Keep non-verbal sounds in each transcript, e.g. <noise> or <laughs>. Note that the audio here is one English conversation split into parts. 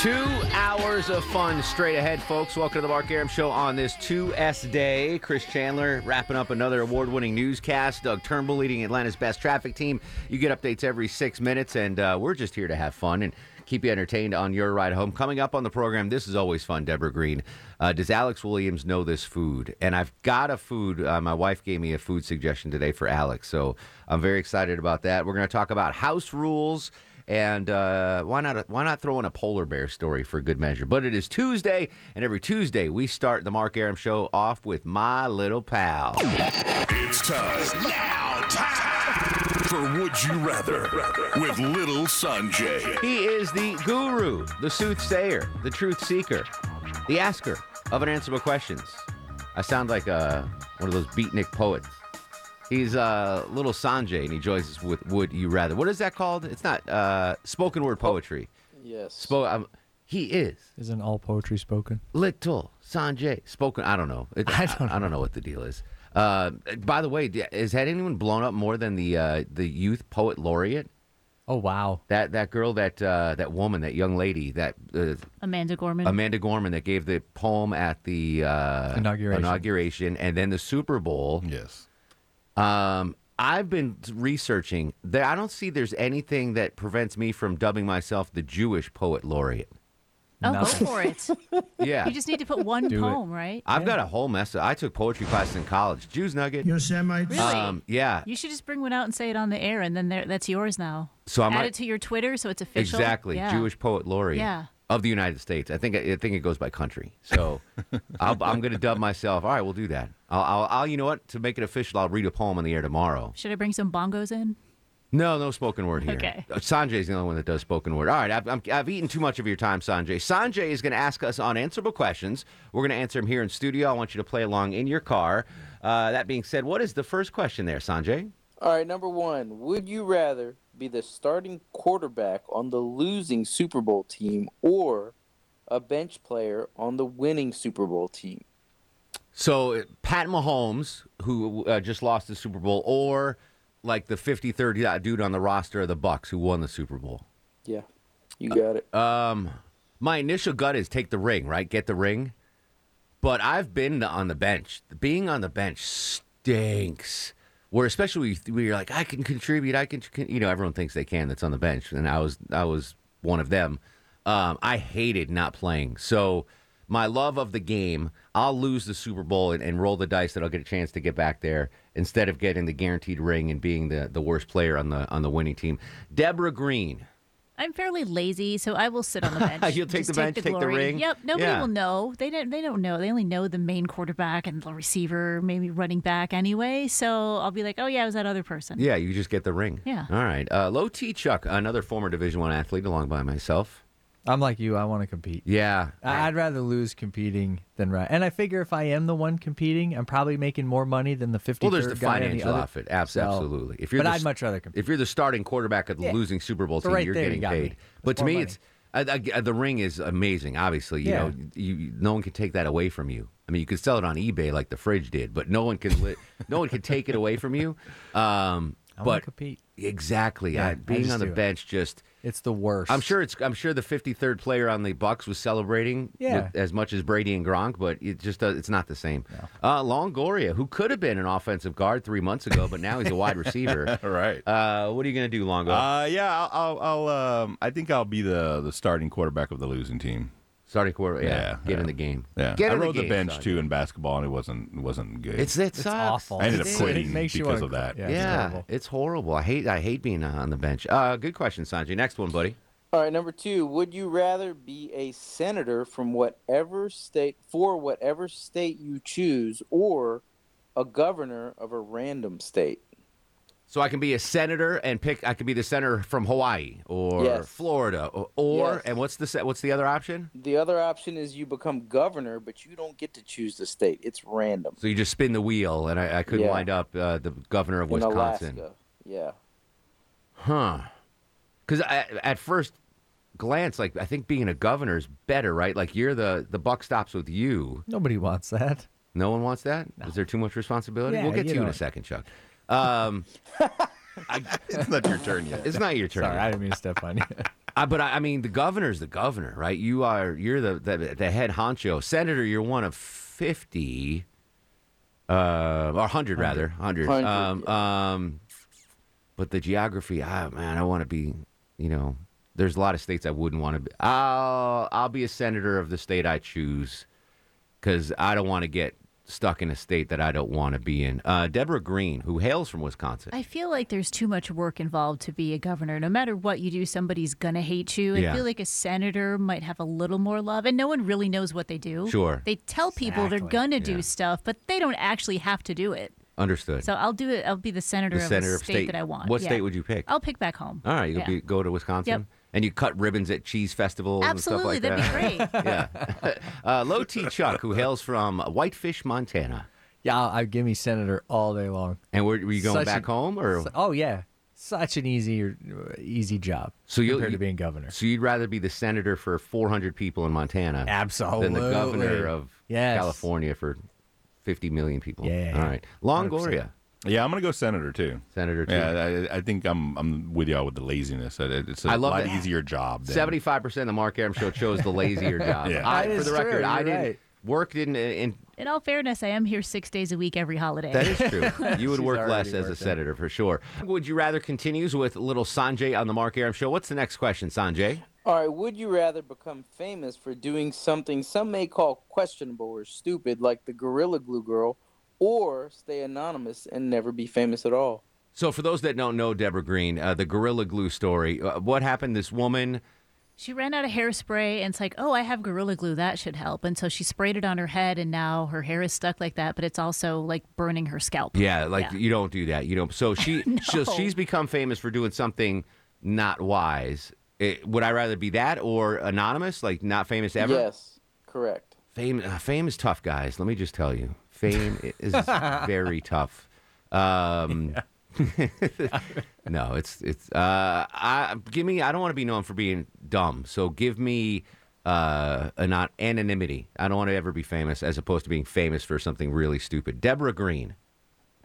Two hours of fun straight ahead, folks. Welcome to the Mark Aram Show on this 2S day. Chris Chandler wrapping up another award winning newscast. Doug Turnbull leading Atlanta's best traffic team. You get updates every six minutes, and uh, we're just here to have fun and keep you entertained on your ride home. Coming up on the program, this is always fun, Deborah Green. Uh, does Alex Williams know this food? And I've got a food. Uh, my wife gave me a food suggestion today for Alex, so I'm very excited about that. We're going to talk about house rules. And uh, why not why not throw in a polar bear story for good measure? But it is Tuesday, and every Tuesday we start the Mark Aram Show off with My Little Pal. It's time. Now time for Would You Rather with Little Sanjay. He is the guru, the soothsayer, the truth seeker, the asker of unanswerable questions. I sound like uh, one of those beatnik poets. He's uh, little Sanjay, and he joins us with "Would You Rather." What is that called? It's not uh, spoken word poetry. Yes. Spo- um, he is Isn't all poetry spoken? little Sanjay spoken. I don't know. <laughs> It- I don't. Know. I don't know what the deal is. Uh, by the way, d- has had anyone blown up more than the uh, the youth poet laureate? Oh wow. That that girl, that uh, that woman, that young lady, that uh, Amanda Gorman. Amanda Gorman that gave the poem at the uh, Inauguration. inauguration and then the Super Bowl. Yes. Um, I've been researching. There, I don't see there's anything that prevents me from dubbing myself the Jewish poet laureate. oh, go Nothing. for it. <laughs> Yeah, You just need to put one Do it. poem, right? I've got a whole mess. Of, I took poetry classes in college. Jews Nugget. You're Semites. Really? Um, yeah. you should just bring one out and say it on the air, and then there, that's yours now. So I Add might- it to your Twitter so it's official. Exactly, Yeah. Jewish poet laureate Yeah. of the United States. I think I think it goes by country. So I'll, I'm going to dub myself. All right, we'll do that. I'll, I'll, I'll, you know what? To make it official, I'll read a poem on the air tomorrow. Should I bring some bongos in? No, no spoken word here. Okay. Uh, Sanjay's the only one that does spoken word. All right, I've, I'm, I've eaten too much of your time, Sanjay. Sanjay is going to ask us unanswerable questions. We're going to answer them here in studio. I want you to play along in your car. Uh, that being said, what is the first question there, Sanjay? All right, number one. Would you rather be the starting quarterback on the losing Super Bowl team or a bench player on the winning Super Bowl team? So uh, Pat Mahomes, who uh, just lost the Super Bowl, or like the 53rd dude on the roster of the Bucks who won the Super Bowl. Yeah, you got it. Um, my initial gut is take the ring, right? Get the ring. But I've been on the bench. Being on the bench stinks. Where especially we we are like I can contribute. I can, can you know everyone thinks they can that's on the bench, and I was I was one of them. Um, I hated not playing. So my love of the game, I'll lose the Super Bowl and, and roll the dice that I'll get a chance to get back there instead of getting the guaranteed ring and being the, the worst player on the on the winning team. Deborah Green. I'm fairly lazy, so I will sit on the <laughs> bench. You'll take Just the bench, take the glory. ring? Yep. Nobody Yeah. will know. They don't. They don't know. They only know the main quarterback and the receiver, maybe running back anyway. So I'll be like, oh yeah, I was that other person. Yeah, you just get the ring. Yeah. All right. Uh, Low T Chuck, another former Division One athlete, along by myself. I'm like you. I want to compete. Yeah. I- I'd rather lose competing than right. And I figure if I am the one competing, I'm probably making more money than the 50. well, there's the guy on the financial other- outfit. Abs- So- absolutely. If but the, I'd much rather compete. If you're the starting quarterback of the losing Super Bowl But team, right you're there, getting you got me. paid. But to That's me, more it's I, I, the ring is amazing. Obviously, you Yeah. know, you, no one can take that away from you. I mean, you could sell it on eBay like the fridge did, but no one can li- no one can take it away from you. Um, <laughs> I want but to compete. exactly, Yeah, I- I being just on the do it. bench just. It's the worst. <laughs> I'm sure it's. I'm sure the 53rd player on the Bucks was celebrating Yeah. with- as much as Brady and Gronk, but it just uh, it's not the same. Uh, Longoria, who could have been an offensive guard three months ago, but now he's a wide receiver. All <laughs> right. Uh, what are you going to do, Longo? Uh, yeah, I'll, I'll, I'll um, I think I'll be the the starting quarterback of the losing team. Starting quarter. Yeah, yeah, get yeah. in the game. Yeah, get I in rode the, game, bench son. too in basketball, and it wasn't it wasn't good. It's it's It's awful. I ended up It's- quitting it makes you because wanna of quit. that. Yeah, Yeah, It's horrible. it's horrible. I hate I hate being on the bench. Uh, good question, Uh, Sanjay. Next one, buddy. All right, number two. Would you rather be a senator from whatever state for whatever state you choose, or a governor of a random state? So I can be a senator and pick. I could be the senator from Hawaii or Yes. Florida or, or Yes. and what's the se- what's the other option? The other option is you become governor, but you don't get to choose the state. It's random. So you just spin the wheel, and I, I could Yeah. wind up uh, the governor of In Wisconsin, Alaska. Yeah. huh? Because at first glance, like I think being a governor is better, right? Like you're the the buck stops with you. Nobody wants that. No one wants that. Is there too much responsibility? Yeah, we'll get you to you in a don't- second, Chuck. <laughs> Um, It's not your turn yet. it's not your turn. Sorry, I didn't mean to step on you. Uh, but I, I mean, the governor's the governor, right? You are you're the the, the head honcho, senator. You're one of fifty, uh, or hundred rather, hundred. Hundred, Um, um, but the geography, ah, man, I want to be. You know, there's a lot of states I wouldn't want to be. I'll I'll be a senator of the state I choose, because I don't want to get stuck in a state that I don't want to be in. Uh, Deborah Green, who hails from Wisconsin, I feel like there's too much work involved to be a governor. No matter what you do, somebody's gonna hate you. I Yeah. feel like a senator might have a little more love, and no one really knows what they do. Sure. they tell people they're Exactly. gonna Yeah. do stuff, but they don't actually have to do it. understood. So I'll do it. I'll be the senator, the senator of, of the state, that I want. What Yeah. state would you pick? I'll pick back home. All right, you Yeah. could be, go to Wisconsin Yep. and you cut ribbons at cheese festivals Absolutely, and stuff like that'd that. be great. <laughs> yeah. Uh, Low T Chuck, who hails from Whitefish, Montana, Yeah, I give me senator all day long. and were, were you going Such back a- home or So- oh yeah, such an easy, easy job. So you'll- compared you- to being governor. so you'd rather be the senator for 400 people in Montana Absolutely. than the governor of Yes. California for 50 million people? Yeah. All right, Longoria, Yeah, I'm gonna go senator too. senator. Too. Yeah, I, I think I'm I'm with y'all with the laziness. It- it- It's a I love lot that. easier job. Than, Seventy-five percent of the Mark Aram show chose the <laughs> lazier job. Yeah. I, That for is the true, record, you're I didn't right. work didn't in, In all fairness, I am here six days a week every holiday. <laughs> That is <laughs> true. You would She's work already less as a working. senator for sure. Would you rather continues with little Sanjay on the Mark Aram show? What's the next question, Sanjay? All right, would you rather become famous for doing something some may call questionable or stupid, like the Gorilla Glue Girl, or stay anonymous and never be famous at all? So, for those that don't know Deborah Green, uh, the Gorilla Glue story, uh, what happened? This woman, She ran out of hairspray and it's like, oh, I have Gorilla Glue. That should help. And so she sprayed it on her head and now her hair is stuck like that, but it's also like burning her scalp. yeah, like Yeah. you don't do that. You don't. So <laughs> she, so she's become famous for doing something not wise. It- would I rather be that or anonymous, like not famous ever? Yes, correct. Fame, uh, fame is tough, guys. Let me just tell you, fame i- is very tough. Um, <laughs> no, it's it's. Uh, I give me. I don't want to be known for being dumb. So give me uh, an anonymity. I don't want to ever be famous, as opposed to being famous for something really stupid. Deborah Green.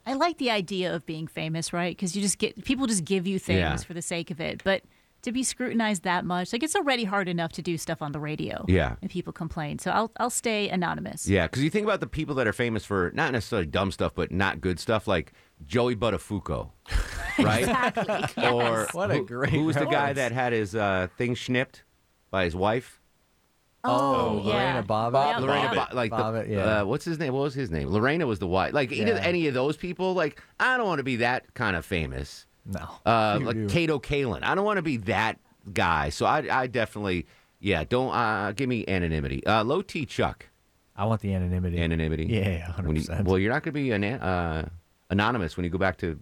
I like the idea of being famous, right? Because you just get people just give you things Yeah. for the sake of it. But to be scrutinized that much, like it's already hard enough to do stuff on the radio. Yeah. And people complain. So I'll, I'll stay anonymous. Yeah, because you think about the people that are famous for not necessarily dumb stuff, but not good stuff, like Joey <laughs> Buttafuoco, right? Exactly. Or Yes. What a who- great Who was the guy reference. that had his uh, thing snipped by his wife? Oh, yeah. Lorena Bobbitt. Bob- Lorena, Bobbitt. Bo- like the, Bobbitt, yeah. uh, what's his name? What was his name? Lorena was the wife. Like either Yeah. any of those people. Like I don't want to be that kind of famous. No. Uh, <laughs> You like do. Cato Kalin. I don't want to be that guy. So I, I definitely, yeah. Don't uh, give me anonymity. Uh, low T Chuck I want the anonymity. anonymity. Yeah, When you- 100%. well, you're not going to be an, uh, anonymous when you go back to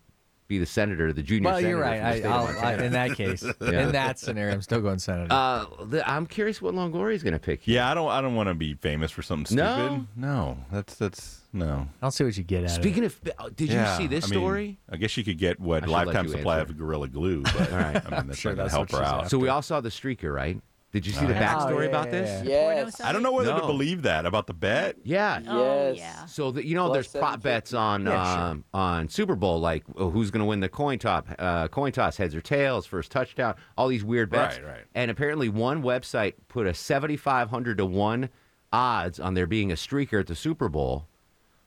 be the senator, the junior. Well, you're senator right. from the I, state of I'll, Montana. I, in that <laughs> case, in that scenario, I'm still going senator. uh, the, I'm curious what Longoria is going to pick. here. Yeah, I don't I don't want to be famous for something stupid. No. no, that's that's no. I don't see what you get out of oh, Speaking of, uh, did you Yeah, see this I mean, story? I guess you could get what I should let lifetime you supply answer. of Gorilla <laughs> Glue, but All right. I mean that's Sure, not gonna that's help what her she's out. So we all saw the streaker, right? Did you see the yeah. backstory Oh, yeah, about yeah, this? yeah. Yes. Porno I don't know whether No. to believe that about the bet. Yeah. Oh, Yes. yeah. So that you know, there's Plus prop 750. bets on Yeah, sure. um, on Super Bowl, like oh, who's going to win the coin top, uh, coin toss, heads or tails, first touchdown, all these weird bets. Right, right. And apparently, one website put a 7,500 to one odds on there being a streaker at the Super Bowl.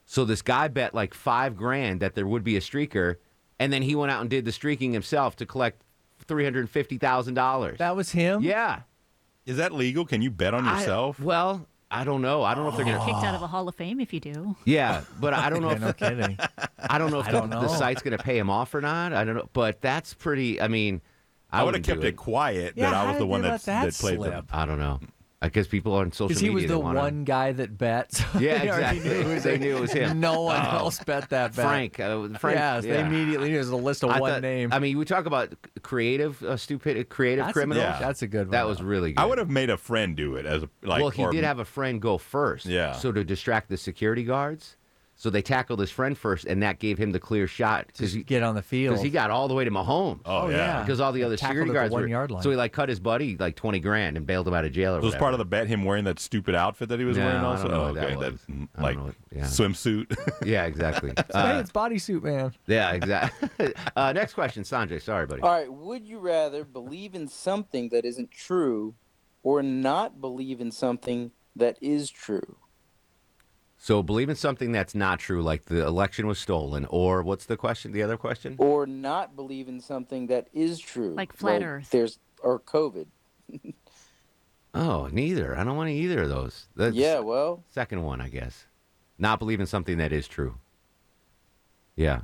So this guy bet like five grand that there would be a streaker, and then he went out and did the streaking himself to collect three hundred fifty thousand dollars. That was him? Yeah. Is that legal? Can you bet on I- yourself? Oh. well, I don't know. I don't know if they're You're gonna. kicked out of a Hall of Fame if you do. Yeah, but I don't know <laughs> Yeah, if no kidding. <laughs> I don't know if I don't the, know. the site's gonna pay him off or not. I don't know, but that's pretty. I mean, I, would have wouldn't do kept it, quiet Yeah, that I how was the did one they that, let that that played slip? them. I don't know. I guess people on social Because media he was the they wanna- one guy that bet. <laughs> So <laughs> Yeah, they already exactly. knew it was They him. knew it was him. Oh. No one else bet that bet. Frank. Uh, Frank. yes, they immediately knew it was a list of I one thought- name. I mean, we talk about c- creative, uh, stupid, creative that's criminals. A, that's a good one. That was really good. I would have made a friend do it as a like. well, he or- did have a friend go first. Yeah. So to distract the security guards, so they tackled his friend first, and that gave him the clear shot because he, get on the field. 'cause he got all the way to Mahomes. Oh, Oh, yeah. yeah. Because all the other Tackled security at the guards were one-yard line. so he like cut his buddy like twenty grand and bailed him out of jail. Or It was part of the bet him wearing that stupid outfit that he was No, I wearing don't also. know oh, what that okay. was. mm, I don't like know what- yeah. swimsuit. <laughs> the. <laughs> Yeah, exactly. hey, Uh, it's bodysuit man. yeah, exactly. <laughs> Uh, next question, Sanjay. Sorry, buddy. All right. Would you rather believe in something that isn't true, or not believe in something that is true? So believe in something that's not true, like the election was stolen, or what's the question? The other question? or not believe in something that is true, Like flat Earth. There's or COVID. Oh, neither. I don't want either of those. That's yeah, well, Second one, I guess. Not believe in something that is true. Yeah,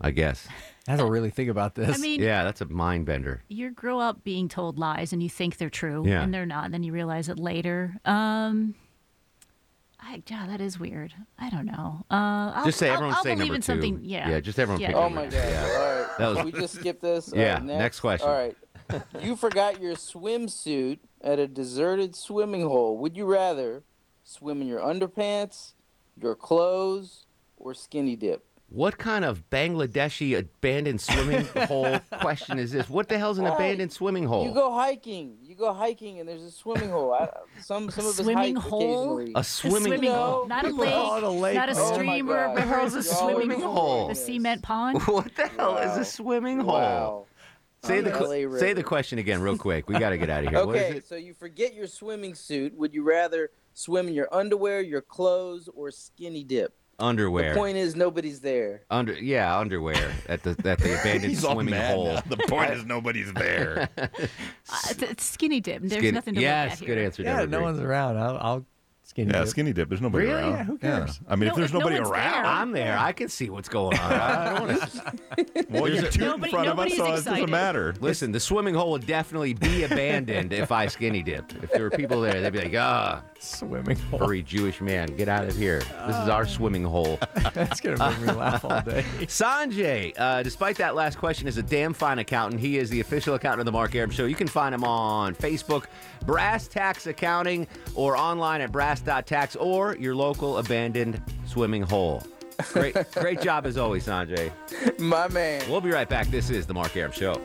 I guess. I don't really think about this. I mean, Yeah, that's a mind bender. you grow up being told lies and you think they're true Yeah. and they're not and then you realize it later um I, yeah, that is weird. I don't know. Uh, I'll, Just say I'll- everyone I'll say believe number in two. something. Yeah. Yeah, just everyone pick oh number my two. god! All right, That was- we just skip this. All Yeah, right, next. next question. All right, <laughs> you forgot your swimsuit at a deserted swimming hole. Would you rather swim in your underpants, your clothes, or skinny dip? What kind of Bangladeshi abandoned <laughs> swimming hole question is this? What the hell's an All right. abandoned swimming You hole? go hiking. You go hiking, and there's a swimming hole. I, some some of us Swimming hike hole? occasionally. A A swimming, swimming No, hole, <laughs> not a people- lake, Oh, the lake. not a Oh, my stream or a God. river. It's a Y'all swimming are hole, a ridiculous. cement pond. <laughs> What the hell is Wow. Oh, a swimming hole? Wow. Say the LA qu- say River. the question again, real quick. We got to get out of here. What is Okay, it? so you forget your swimming suit. Would you rather swim in your underwear, your clothes, or skinny dip? Underwear. The point is, nobody's there. Under yeah, underwear at the <laughs> at the abandoned He's all swimming mad hole. now. The point is nobody's <laughs> there. Uh, it's- it's skinny dip. There's Skin- nothing to yes, look at here. good answer. yeah, Deborah no Green. one's around. I'll, I'll skinny yeah, dip. skinny dip. There's nobody Really? around. Yeah, who cares? I mean, No, if there's if no nobody one's around, I'm there. I can see what's going on. I don't want to <laughs> well, you're two in Nobody- front of us, nobody's so it doesn't excited. matter. listen. The swimming hole would definitely be abandoned if I skinny dipped. If there were people there, they'd be like, ah, Swimming hole. Ah. furry Jewish man, get out of here. This is our swimming hole. <laughs> That's gonna make me laugh all day. <laughs> Sanjay, uh, despite that last question, is a damn fine accountant. He is the official accountant of the Mark Aram Show. You can find him on Facebook, Brass Tax Accounting, or online at brass.tax or your local abandoned swimming hole. Great, great job as always, Sanjay. <laughs> My man. We'll be right back. This is the Mark Aram Show.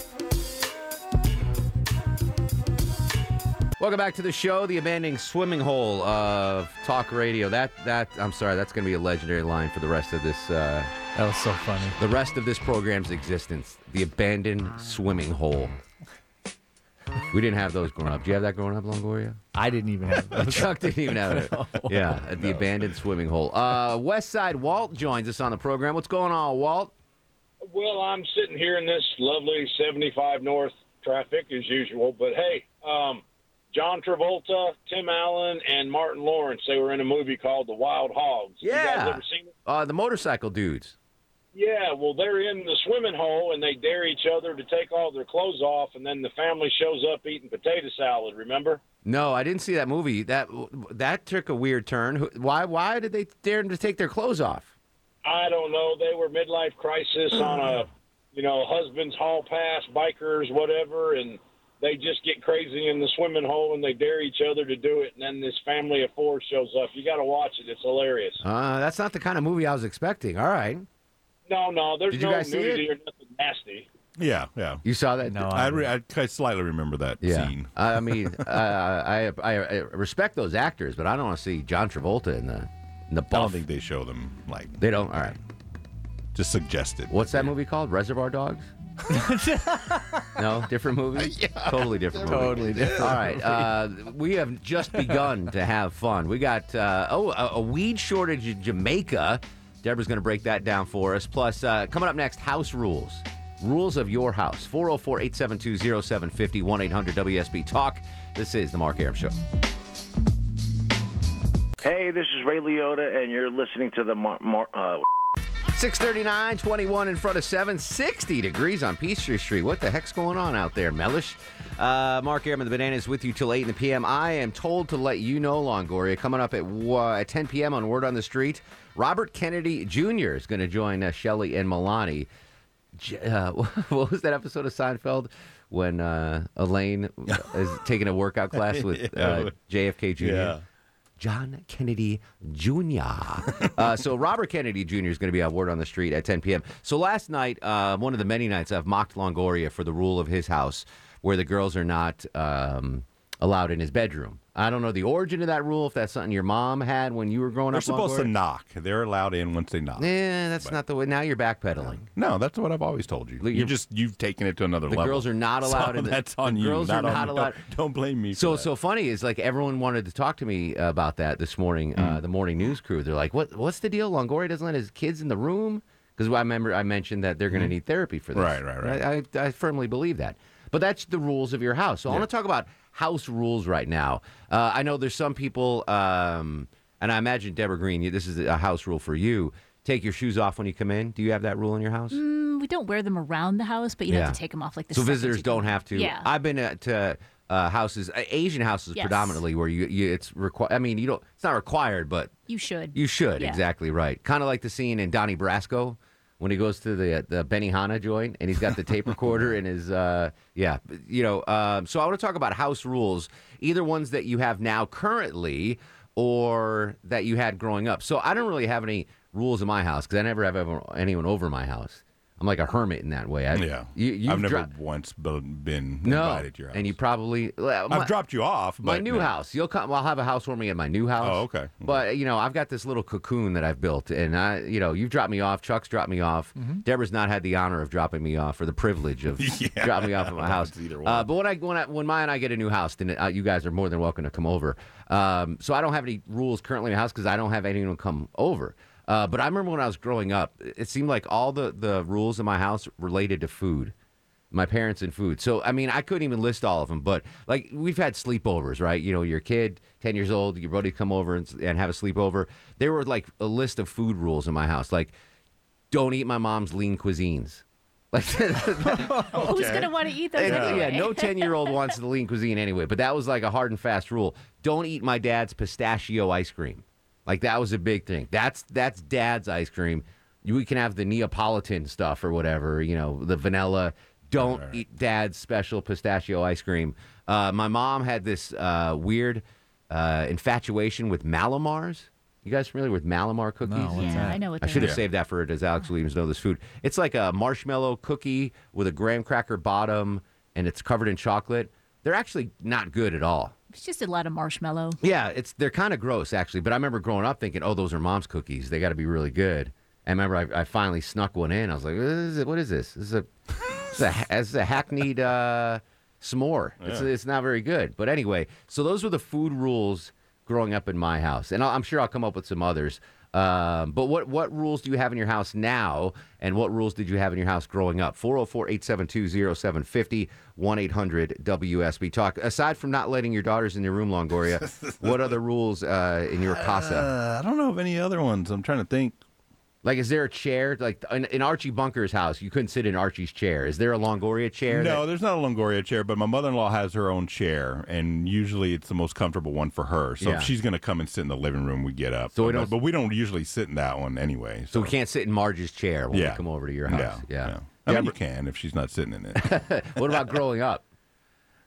Welcome back to the show, the abandoning swimming hole of talk radio. That that I'm sorry, that's going to be a legendary line for the rest of this uh, That was so funny. the rest of this program's existence, the abandoned swimming hole. We didn't have those growing up. Do you have that growing up, Longoria? I didn't even <laughs> have those. Chuck didn't even have <laughs> it. Yeah, at the abandoned swimming hole. Uh, West Side Walt joins us on the program. What's going on, Walt? Well, I'm sitting here in this lovely 75 North traffic as usual, but hey, um, John Travolta, Tim Allen, and Martin Lawrence, they were in a movie called The Wild Hogs. You Yeah. guys ever seen it? Uh, the motorcycle dudes. Yeah, well, they're in the swimming hole and they dare each other to take all their clothes off, and then the family shows up eating potato salad, remember? No, I didn't see that movie. That that took a weird turn. Who- Why why did they dare them to take their clothes off? I don't know. They were midlife crisis on a, you know, husband's hall pass, bikers, whatever, and they just get crazy in the swimming hole and they dare each other to do it. And then this family of four shows up. You got to watch it. It's hilarious. Uh, that's not the kind of movie I was expecting. All right, No, no, there's Did you no guys see nudity it? or nothing nasty. Yeah, yeah. you saw that? No, Oh, I, re- I I slightly remember that Yeah, scene. <laughs> I mean, uh, I, I I respect those actors, but I don't want to see John Travolta in the in the I don't buff. think they show them like they don't. All right, just suggested. what's that movie called? <laughs> Reservoir Dogs. no, different movie. totally different. Movie. Totally different. All right, uh, we have just begun to have fun. We got uh, oh a, a weed shortage in Jamaica. Deborah's going to break that down for us. Plus, uh, coming up next, house rules. Rules of your house. 404 872 0750 1 800 WSB Talk. This is The Mark Aram Show. Hey, this is Ray Liotta, and you're listening to the Mar- Mar- uh, 639, 21 in front of 7, 60 degrees on Peachtree Street. What the heck's going on out there, Mellish? Uh, Mark Airman, the banana is with you till 8 in the p.m. I am told to let you know, Longoria, coming up at, uh, at 10 p.m. on Word on the Street, Robert Kennedy Jr. is going to join uh, Shelly and Milani. J- uh, <laughs> what was that episode of Seinfeld when uh, Elaine is taking a workout class with uh, JFK Jr.? Yeah. John Kennedy Jr. uh, so Robert Kennedy Jr. is going to be on Word on the Street at 10 p.m. So last night, uh, one of the many nights I've mocked Longoria for the rule of his house where the girls are not um, allowed in his bedroom. I don't know the origin of that rule, if that's something your mom had when you were growing They're up. supposed to Longoria. knock. They're allowed in once they knock. Yeah, that's not the way. Now you're backpedaling. No, that's what I've always told you. Look, You you're- just you've taken it to another The level. girls are not So allowed in the- that's on the you. girls not are on not me. allowed- Don't, don't blame me. for So that. so funny is like everyone wanted to talk to me about that this morning. Uh, Mm. the morning news crew, they're like, "What what's the deal? Longoria doesn't let his kids in the room because I remember I mentioned that they're going to need therapy for this. Mm. Right, right, right. I, I, I firmly believe that. But that's the rules of your house. So I want to talk about house rules right now. Uh, I know there's some people, um, and I imagine Deborah Green, you- this is a house rule for you. Take your shoes off when you come in. Do you have that rule in your house? Mm, we don't wear them around the house, but you Yeah. have to take them off like the so second visitors you- don't have to. Yeah. I've been at, to uh, houses, uh, Asian houses Yes. predominantly, where you, you it's required. I mean, you don't. It's not required, but You should. you should. Yeah. Exactly right. Kind of like the scene in Donnie Brasco when he goes to the the Benihana joint and he's got the <laughs> tape recorder in his. Uh, yeah, you know. Um, so I want to talk about house rules, either ones that you have now currently or that you had growing up. So I don't really have any rules in my house because I never have ever, anyone over my house. I'm like a hermit in that way. I, yeah, you, you've I've never dro- once be- been no, invited to your house. and you probably well, my, I've dropped you off. my but new no. house. You'll come. I'll have a housewarming at my new house. Oh, okay. But you know, I've got this little cocoon that I've built, and I, you know, you've dropped me off. Chuck's dropped me off. Mm-hmm. Deborah's not had the honor of dropping me off or the privilege <laughs> of dropping me off at my house. either one. Uh, but when I when I, when my and I get a new house, then uh, you guys are more than welcome to come over. Um, so I don't have any rules currently in my house because I don't have anyone come over. Uh, but I remember when I was growing up, it seemed like all the the rules in my house related to food my parents and food. So I mean, I couldn't even list all of them, but like we've had sleepovers, right? You know, your kid, ten years old, your buddy come over and, and have a sleepover. There were like a list of food rules in my house, like don't eat my mom's lean cuisines. <laughs> Like, <laughs> Who's going to want to eat those? uh, yeah, anyway? <laughs> no ten year old wants the lean cuisine anyway. But that was like a hard and fast rule. Don't eat my dad's pistachio ice cream. Like that was a big thing. That's that's dad's ice cream. You- We can have the Neapolitan stuff or whatever, you know, the vanilla. Don't eat dad's special pistachio ice cream. Uh, my mom had this uh, weird uh, infatuation with Malamars. You guys familiar with Malamar cookies? Yeah, I know what I that should have is. saved that for does Alex Williams know this food? It's like a marshmallow cookie with a graham cracker bottom, and it's covered in chocolate. They're actually not good at all. It's just a lot of marshmallow. Yeah, it's they're kind of gross actually. But I remember growing up thinking, oh, those are mom's cookies. They got to be really good. And I remember I, I finally snuck one in. I was like, what is, it? What is this? This is a, this is a, ha- this is a hackneyed uh, s'more. It's, it's not very good. But anyway, so those were the food rules growing up in my house, and i I'm sure I'll come up with some others. Um, but what what rules do you have in your house now, and what rules did you have in your house growing up? 404-872-0750, 1-800-WSB. Talk. Aside from not letting your daughters in your room, <laughs> Longoria, what other rules uh, in your casa? Uh, I don't know of any other ones. I'm trying to think. Like, is there a chair? Like, in, in Archie Bunker's house, you couldn't sit in Archie's chair. Is there a Longoria chair? No, that- there's not a Longoria chair, but my mother-in-law has her own chair, and usually it's the most comfortable one for her. So Yeah. if she's going to come and sit in the living room, we get up. So we but, don't- but we don't usually sit in that one anyway. so we can't sit in Marge's chair when we come over to your house. Yeah. Yeah. I mean, you can if she's not sitting in it. <laughs> What about growing up?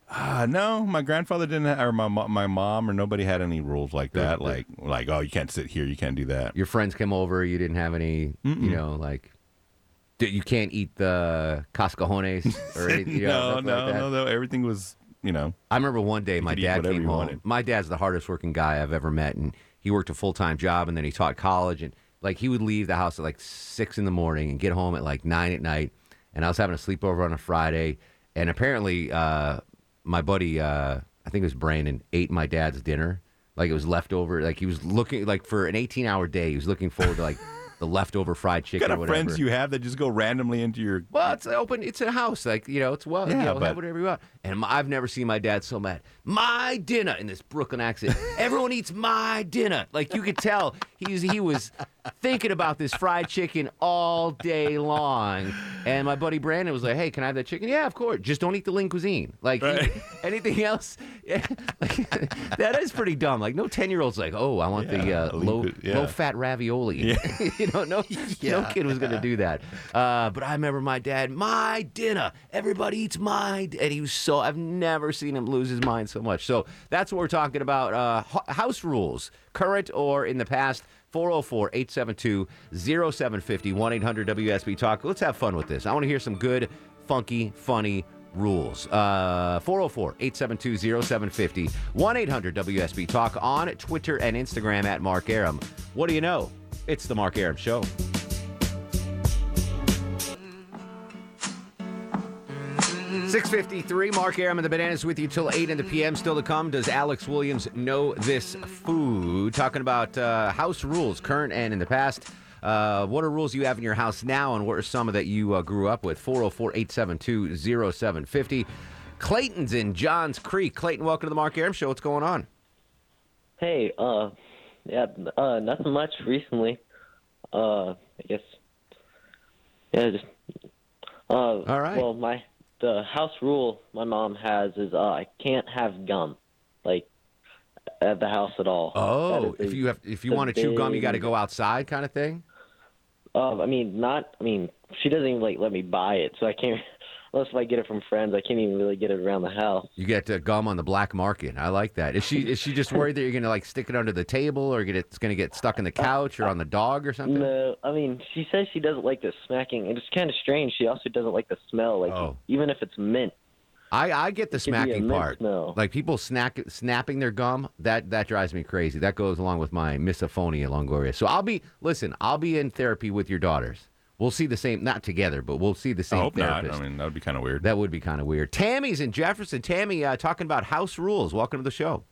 uh, no, my grandfather didn't, ha- or my mo- my mom, or nobody had any rules like that. Like like oh, you can't sit here, you can't do that. Your friends came over. You didn't have any. You know, like. that You can't eat the cascajones <laughs> or anything. you know, no, nothing like no, that. no, no. Everything was you know. I remember one day my could eat dad whatever came you home. wanted. My dad's the hardest working guy I've ever met, and he worked a full time job and then he taught college. And like he would leave the house at like six in the morning and get home at like nine at night. And I was having a sleepover on a Friday, and apparently uh, my buddy, uh, I think it was Brandon, ate my dad's dinner. Like it was leftover. Like he was looking like for an eighteen hour day. He was looking forward <laughs> to like the leftover fried chicken. What kind or of whatever. friends you have that just go randomly into your Well, it's open. It's a house, like you know, it's well, you Yeah, know, have but- whatever you want. And my, I've never seen my dad <laughs> so mad. My dinner in this Brooklyn accent. Everyone eats my dinner. Like you could tell He's he was thinking about this fried chicken all day long. And my buddy Brandon was like, "Hey, can I have that chicken?" Yeah, of course. Just don't eat the lean cuisine. Like Right. <laughs> anything else. <laughs> Yeah, like, that is pretty dumb. Like no ten year old's like, "Oh, I want the Yeah, uh, lean low cu- yeah. low fat ravioli." <laughs> you <laughs> know, no no kid was gonna do that. Uh, but I remember my dad, my dinner. Everybody eats my, d-" and he was so. I've never seen him lose his mind so much. So that's what we're talking about. Uh, ho- house rules, current or in the past. 404 872 0750 1 800 WSB Talk. Let's have fun with this. I want to hear some good, funky, funny rules. Uh, 404 872 0750 1 800 WSB Talk on Twitter and Instagram at Mark Aram. What do you know? It's the Mark Aram Show. Six fifty-three. Mark Aram and the Bananas with you till eight in the PM. Still to come. Does Alex Williams know this food? Talking about uh, house rules, current and in the past. Uh, what are rules you have in your house now, and what are some that you uh, grew up with? 404-872-0750. Clayton's in Johns Creek. Clayton, welcome to the Mark Aram Show. What's going on? Hey, uh, yeah, uh, nothing much recently. Uh, I guess, yeah, just, uh, All right. Well, my the house rule my mom has is uh, I can't have gum, like at the house at all. Oh, That is if a- you have if you the want to chew gum, you big- got to go outside, kind of thing. Um, I mean, not. I mean, she doesn't even like let me buy it, so I can't. <laughs> Unless if I get it from friends, I can't even really get it around the house. You get uh, gum on the black market. I like that. Is she is she just worried that you're gonna like stick it under the table or get it, it's gonna get stuck in the couch or on the dog or something? No, I mean, she says she doesn't like the smacking. and It's kind of strange. She also doesn't like the smell, like Oh. even if it's mint. I, I get the could be a smacking mint part. smell. Like people snack snapping their gum. That that drives me crazy. That goes along with my misophonia longoria. So I'll be listen. I'll be in therapy with your daughters. We'll see the same. Not together, but we'll see the I same hope therapist. not. I mean, that would be kind of weird. that would be kind of weird. Tammy's in Jefferson. Tammy, uh, talking about house rules. Welcome to the show.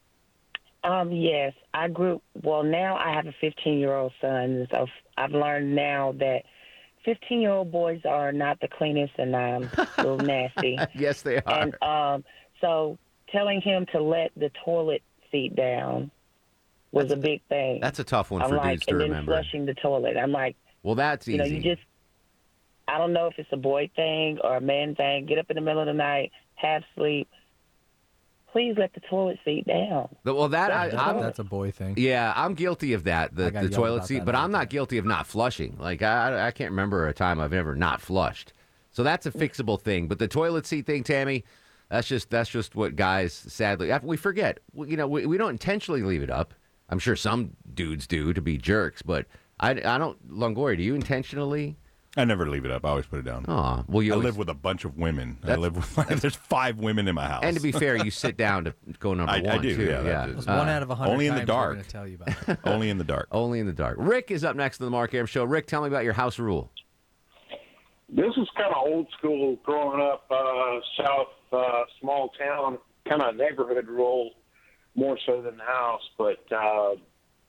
Um, yes, I grew. Well, now I have a 15 year old son, and so I've learned now that 15 year old boys are not the cleanest <laughs> and um, a little nasty. Yes, they are. And um, so telling him to let the toilet seat down was a big thing. That's a tough one I'm for like, dudes to and then remember. flushing the toilet. I'm like, Well, that's easy. you know, you just. I don't know if it's a boy thing or a man thing. Get up in the middle of the night, have sleep. Please let the toilet seat down. The- well, that I, That's I'm, tough. that's a boy thing. Yeah, I'm guilty of that. The, I got the yelled toilet about seat, that but all I'm the not guilty of not flushing. Like I, I can't remember a time I've ever not flushed. So that's a fixable thing. But the toilet seat thing, Tammy, that's just that's just what guys sadly we forget. We, you know, we, we don't intentionally leave it up. I'm sure some dudes do to be jerks, but I, I don't. Longoria, do you intentionally? I never leave it up. I always put it down. Oh, well, you I always- live with a bunch of women. I That's- live with <laughs> there's five women in my house. And to be fair, you sit down to <laughs> go number I- I one do, too. yeah, that It is- was Uh, one out of a hundred. only in the times we're dark. gonna tell you about it. <laughs> only in the dark. only in the dark. Rick is up next to the Mark Aram Show. Rick, tell me about your house rule. <laughs> This is kind of old school growing up, uh, south, uh, small town, kind of neighborhood rule, more so than the house. But uh,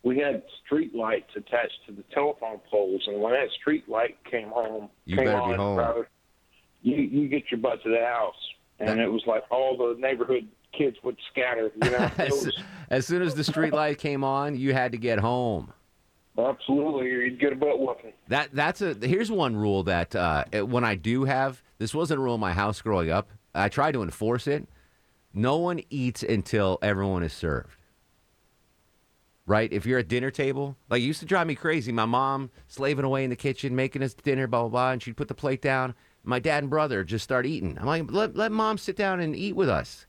we had street lights attached to the telephone poles, and when that street light came home, You came better on, be home. brother, you you get your butt to the house, and it was like all the neighborhood kids would scatter. You <laughs> know, It as, was- as soon as the street light came on, you had to get home. absolutely, you'd get a butt whooping. That that's a here's one rule that uh, it- when I do have this wasn't a rule in my house growing up. I tried to enforce it. No one eats until everyone is served. Right? If you're at dinner table, like it used to drive me crazy. My mom slaving away in the kitchen, making us dinner, blah blah blah, and she'd put the plate down. My dad and brother just start eating. I'm like, let, let mom sit down and eat with us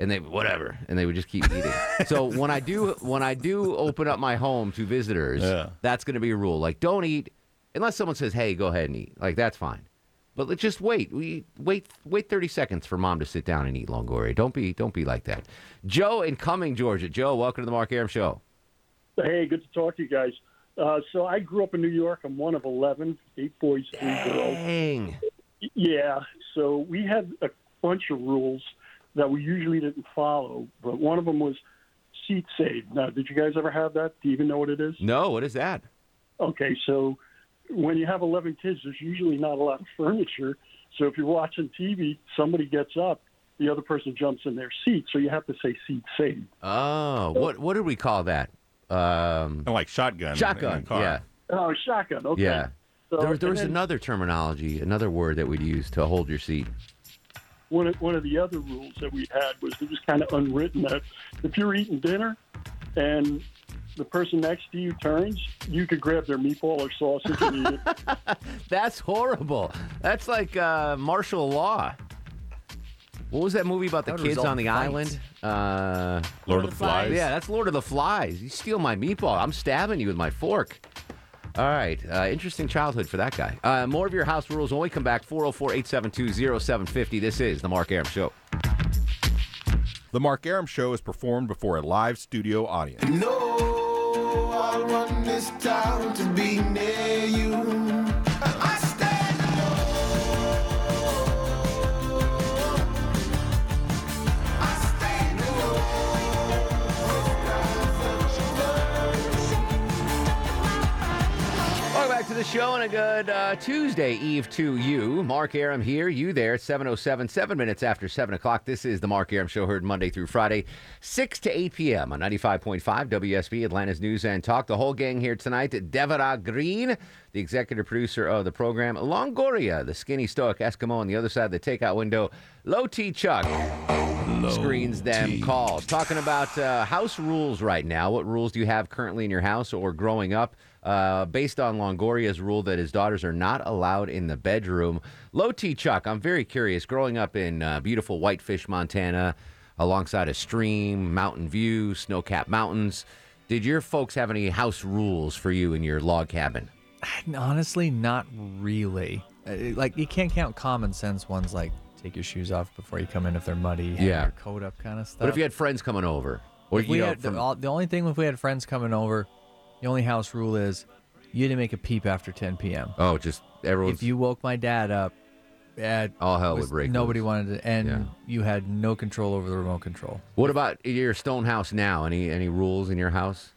and they whatever and they would just keep eating so when i do when i do open up my home to visitors Yeah. that's going to be a rule like don't eat unless someone says hey go ahead and eat like that's fine but let's just wait we wait wait 30 seconds for mom to sit down and eat longoria don't be don't be like that joe in cumming georgia joe welcome to the mark aram show Hey, good to talk to you guys. Uh, so I grew up in New York. I'm one of 11, eight boys, three girls. dang Yeah, so we had a bunch of rules that we usually didn't follow, but one of them was seat save. Now, did you guys ever have that? Do you even know what it is? no what is that Okay, so when you have 11 kids, there's usually not a lot of furniture. So if you're watching TV, somebody gets up, the other person jumps in their seat, so you have to say seat saved. oh what what did we call that Um, like shotgun. Shotgun. car. Yeah. Oh, shotgun. Okay. Yeah. So, there, there and was then- another terminology, another word that we'd use to hold your seat. one of, one of the other rules that we had was it was kind of unwritten that if you're eating dinner and the person next to you turns, you could grab their meatball or sausage and eat it. <laughs> That's horrible. That's like uh, martial law. What was that movie about the That would kids result on the in island? Uh, Lord of the Flies. Yeah, that's Lord of the Flies. You steal my meatball, I'm stabbing you with my fork. All right. Uh, interesting childhood for that guy. Uh, more of your house rules when we come back 404 872 0750. This is The Mark Aram Show. The Mark Aram Show is performed before a live studio audience. No, I want this town to be near you. I stand Welcome back to the show and a good uh, Tuesday Eve to you. Mark Aram here, you there, 707, seven minutes after 7 o'clock. This is the Mark Aram Show, heard Monday through Friday, 6 to 8 p.m. on 95.5 WSB, Atlanta's News and Talk. The whole gang here tonight, Devara Green, the executive producer of the program, Longoria, the skinny stoic Eskimo on the other side of the takeout window, Low T Chuck screens them calls. Talking about uh, house rules right now. What rules do you have currently in your house or growing up? Uh, based on Longoria's rule that his daughters are not allowed in the bedroom. Low T Chuck, I'm very curious. Growing up in uh, beautiful Whitefish, Montana, alongside a stream, mountain view, snow capped mountains, did your folks have any house rules for you in your log cabin? Honestly, not really. Uh, Like you can't count common sense ones like take your shoes off before you come in if they're muddy. hang Yeah. your coat up kind of stuff. What if you had friends coming over? Or If we you know, had- the, from- all- the only thing if we had friends coming over, the only house rule is you didn't make a peep after 10 p.m. oh, just everyone's If you woke my dad up, uh, all hell was- would break Nobody loose. wanted to, and Yeah. you had no control over the remote control. What about your stone house now? Any any rules in your house?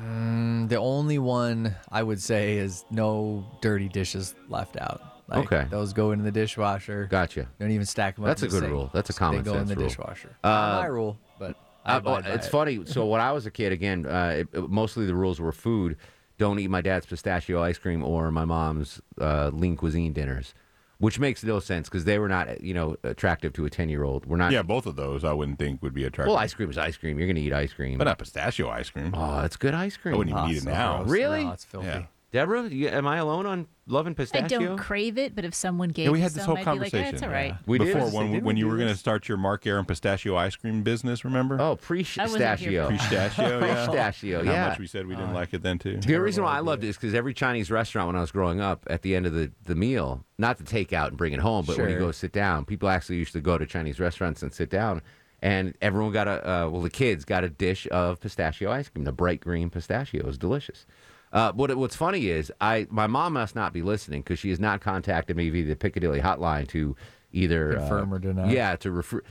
Mm, the only one I would say is no dirty dishes left out. Okay. those go into the dishwasher. Gotcha. Don't even stack them up. That's in a the good sink. rule. That's a They common go sense in the rule. dishwasher. Uh, Not my rule, but I Uh, oh, abide by it's it. <laughs> funny. So when I was a kid, again, uh, it- it- mostly the rules were food. Don't eat my dad's pistachio ice cream or my mom's uh, lean cuisine dinners, which makes no sense because they were not, you know, attractive to a ten year old. We're not. Yeah, both of those I wouldn't think would be attractive. Well, ice cream is ice cream. You're going to eat ice cream. but not pistachio ice cream. Oh, that's good ice cream. I wouldn't even eat Oh, it so now. gross. Really? No, it's filthy. Yeah. Deborah, you, am I alone on loving I pistachio? don't crave it, but if someone gave Yeah, we me had this whole some, I'd conversation. be like, eh, it's all right. We did. before Yes, when they did. when We you did were going to <laughs> this. start your Mark Aaron pistachio ice cream business. Remember? Oh, pre I wasn't here pistachio. for that. pistachio. yeah. <laughs> Pistachio, How yeah. Uh, much we said we didn't like it then too. The reason why I loved it is because every Chinese restaurant when I was growing up, at the end of the, the meal, not to take out and bring it home, but when you Sure. go sit down, people actually used to go to Chinese restaurants and sit down, and everyone got a uh, well, the kids got a dish of pistachio ice cream, the bright green pistachio. It was delicious. Uh, what what's funny is I my mom must not be listening because she has not contacted me via the Piccadilly hotline to either uh, Confirm or deny. Yeah, to refer.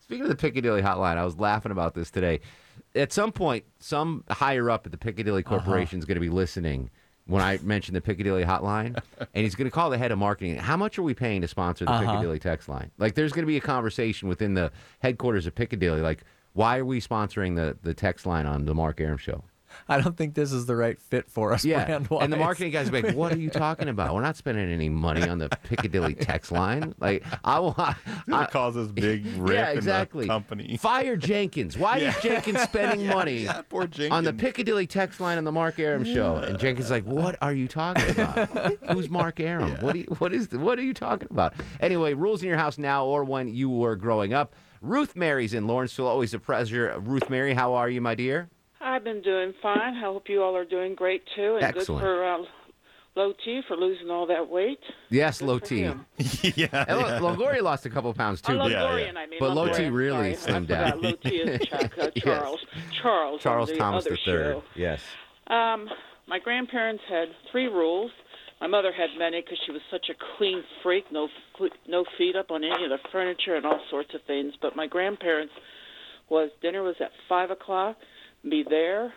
Speaking of the Piccadilly hotline, I was laughing about this today. At some point, some higher up at the Piccadilly Corporation is going to be listening when I mention the Piccadilly hotline, and he's going to call the head of marketing. How much are we paying to sponsor the Piccadilly text line? Like, there's going to be a conversation within the headquarters of Piccadilly, like, why are we sponsoring the, the text line on the Mark Aram show? I don't think this is the right fit for us. Yeah. brand-wise. And the marketing guys be like, what are <laughs> you talking about? We're not spending any money on the Piccadilly text line. Like, I <laughs> will. I, It causes big rip <laughs> yeah, exactly. in the company. Fire Jenkins. Why is Jenkins spending money <laughs> yeah, poor on the Jenkins. Piccadilly text line on the Mark Aram show? And Jenkins is like, "What are you talking about? Who's Mark Aram? What do you, what is what are you talking about?" Anyway, rules in your house now or when you were growing up. Ruth Mary's in Lawrenceville. Always a pleasure. Ruth Mary, how are you, my dear? I've been doing fine. I hope you all are doing great too, and Excellent. good for uh, Low T for losing all that weight. Yes, low T. And yeah. Lo- Longoria lost a couple pounds too, Oh, but, Longorian, I mean. but low T Longorian, really sorry. I slimmed down. forgot. Low T <laughs> is Chuck, uh, Yes. Charles. Charles. Charles on the Thomas other III. show. Yes. Um, my grandparents had three rules. My mother had many because she was such a clean freak. No, f- no feet up on any of the furniture and all sorts of things. But my grandparents was dinner was at five o'clock. Be there,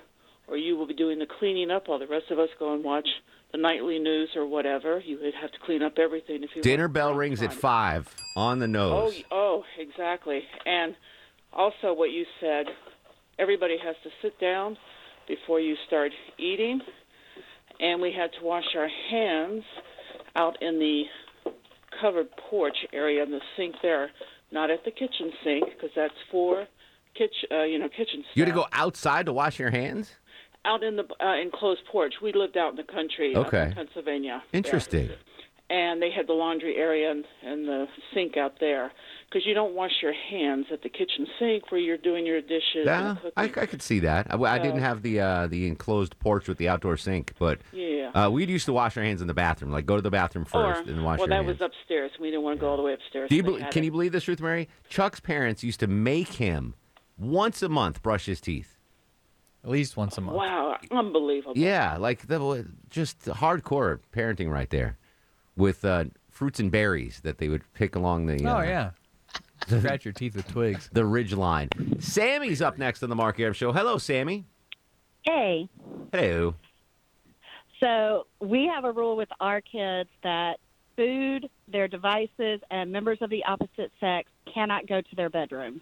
or you will be doing the cleaning up while the rest of us go and watch the nightly news or whatever. You would have to clean up everything if you Dinner bell rings at five on the nose. Oh, y- oh, exactly. And also what you said, Everybody has to sit down before you start eating, and we had to wash our hands out in the covered porch area in the sink there, not at the kitchen sink because that's for kitchen, uh, you know, kitchen You had to go outside to wash your hands? out in the uh, enclosed porch. We lived out in the country, up in Okay. Pennsylvania. Interesting. Yeah. And they had the laundry area and, and the sink out there because you don't wash your hands at the kitchen sink where you're doing your dishes. Yeah, and cooking. I, I could see that. I, I didn't So- have the uh, the enclosed porch with the outdoor sink, but Yeah. uh, we used to wash our hands in the bathroom. Like go to the bathroom first or, and wash well, your that hands. was upstairs. We didn't want to go all the way upstairs. Do you They bel had can it. you believe this, Ruth Mary? Chuck's parents used to make him once a month brush his teeth. At least once a month. Wow, unbelievable. Yeah, like the, just hardcore parenting right there, with uh, fruits and berries that they would pick along the. Oh uh, <laughs> yeah. Scratch your teeth with twigs. The ridge line. Sammy's up next on the Mark Arab Show. Hello, Sammy. Hey, Hello. so we have a rule with our kids that food, their devices, and members of the opposite sex cannot go to their bedrooms.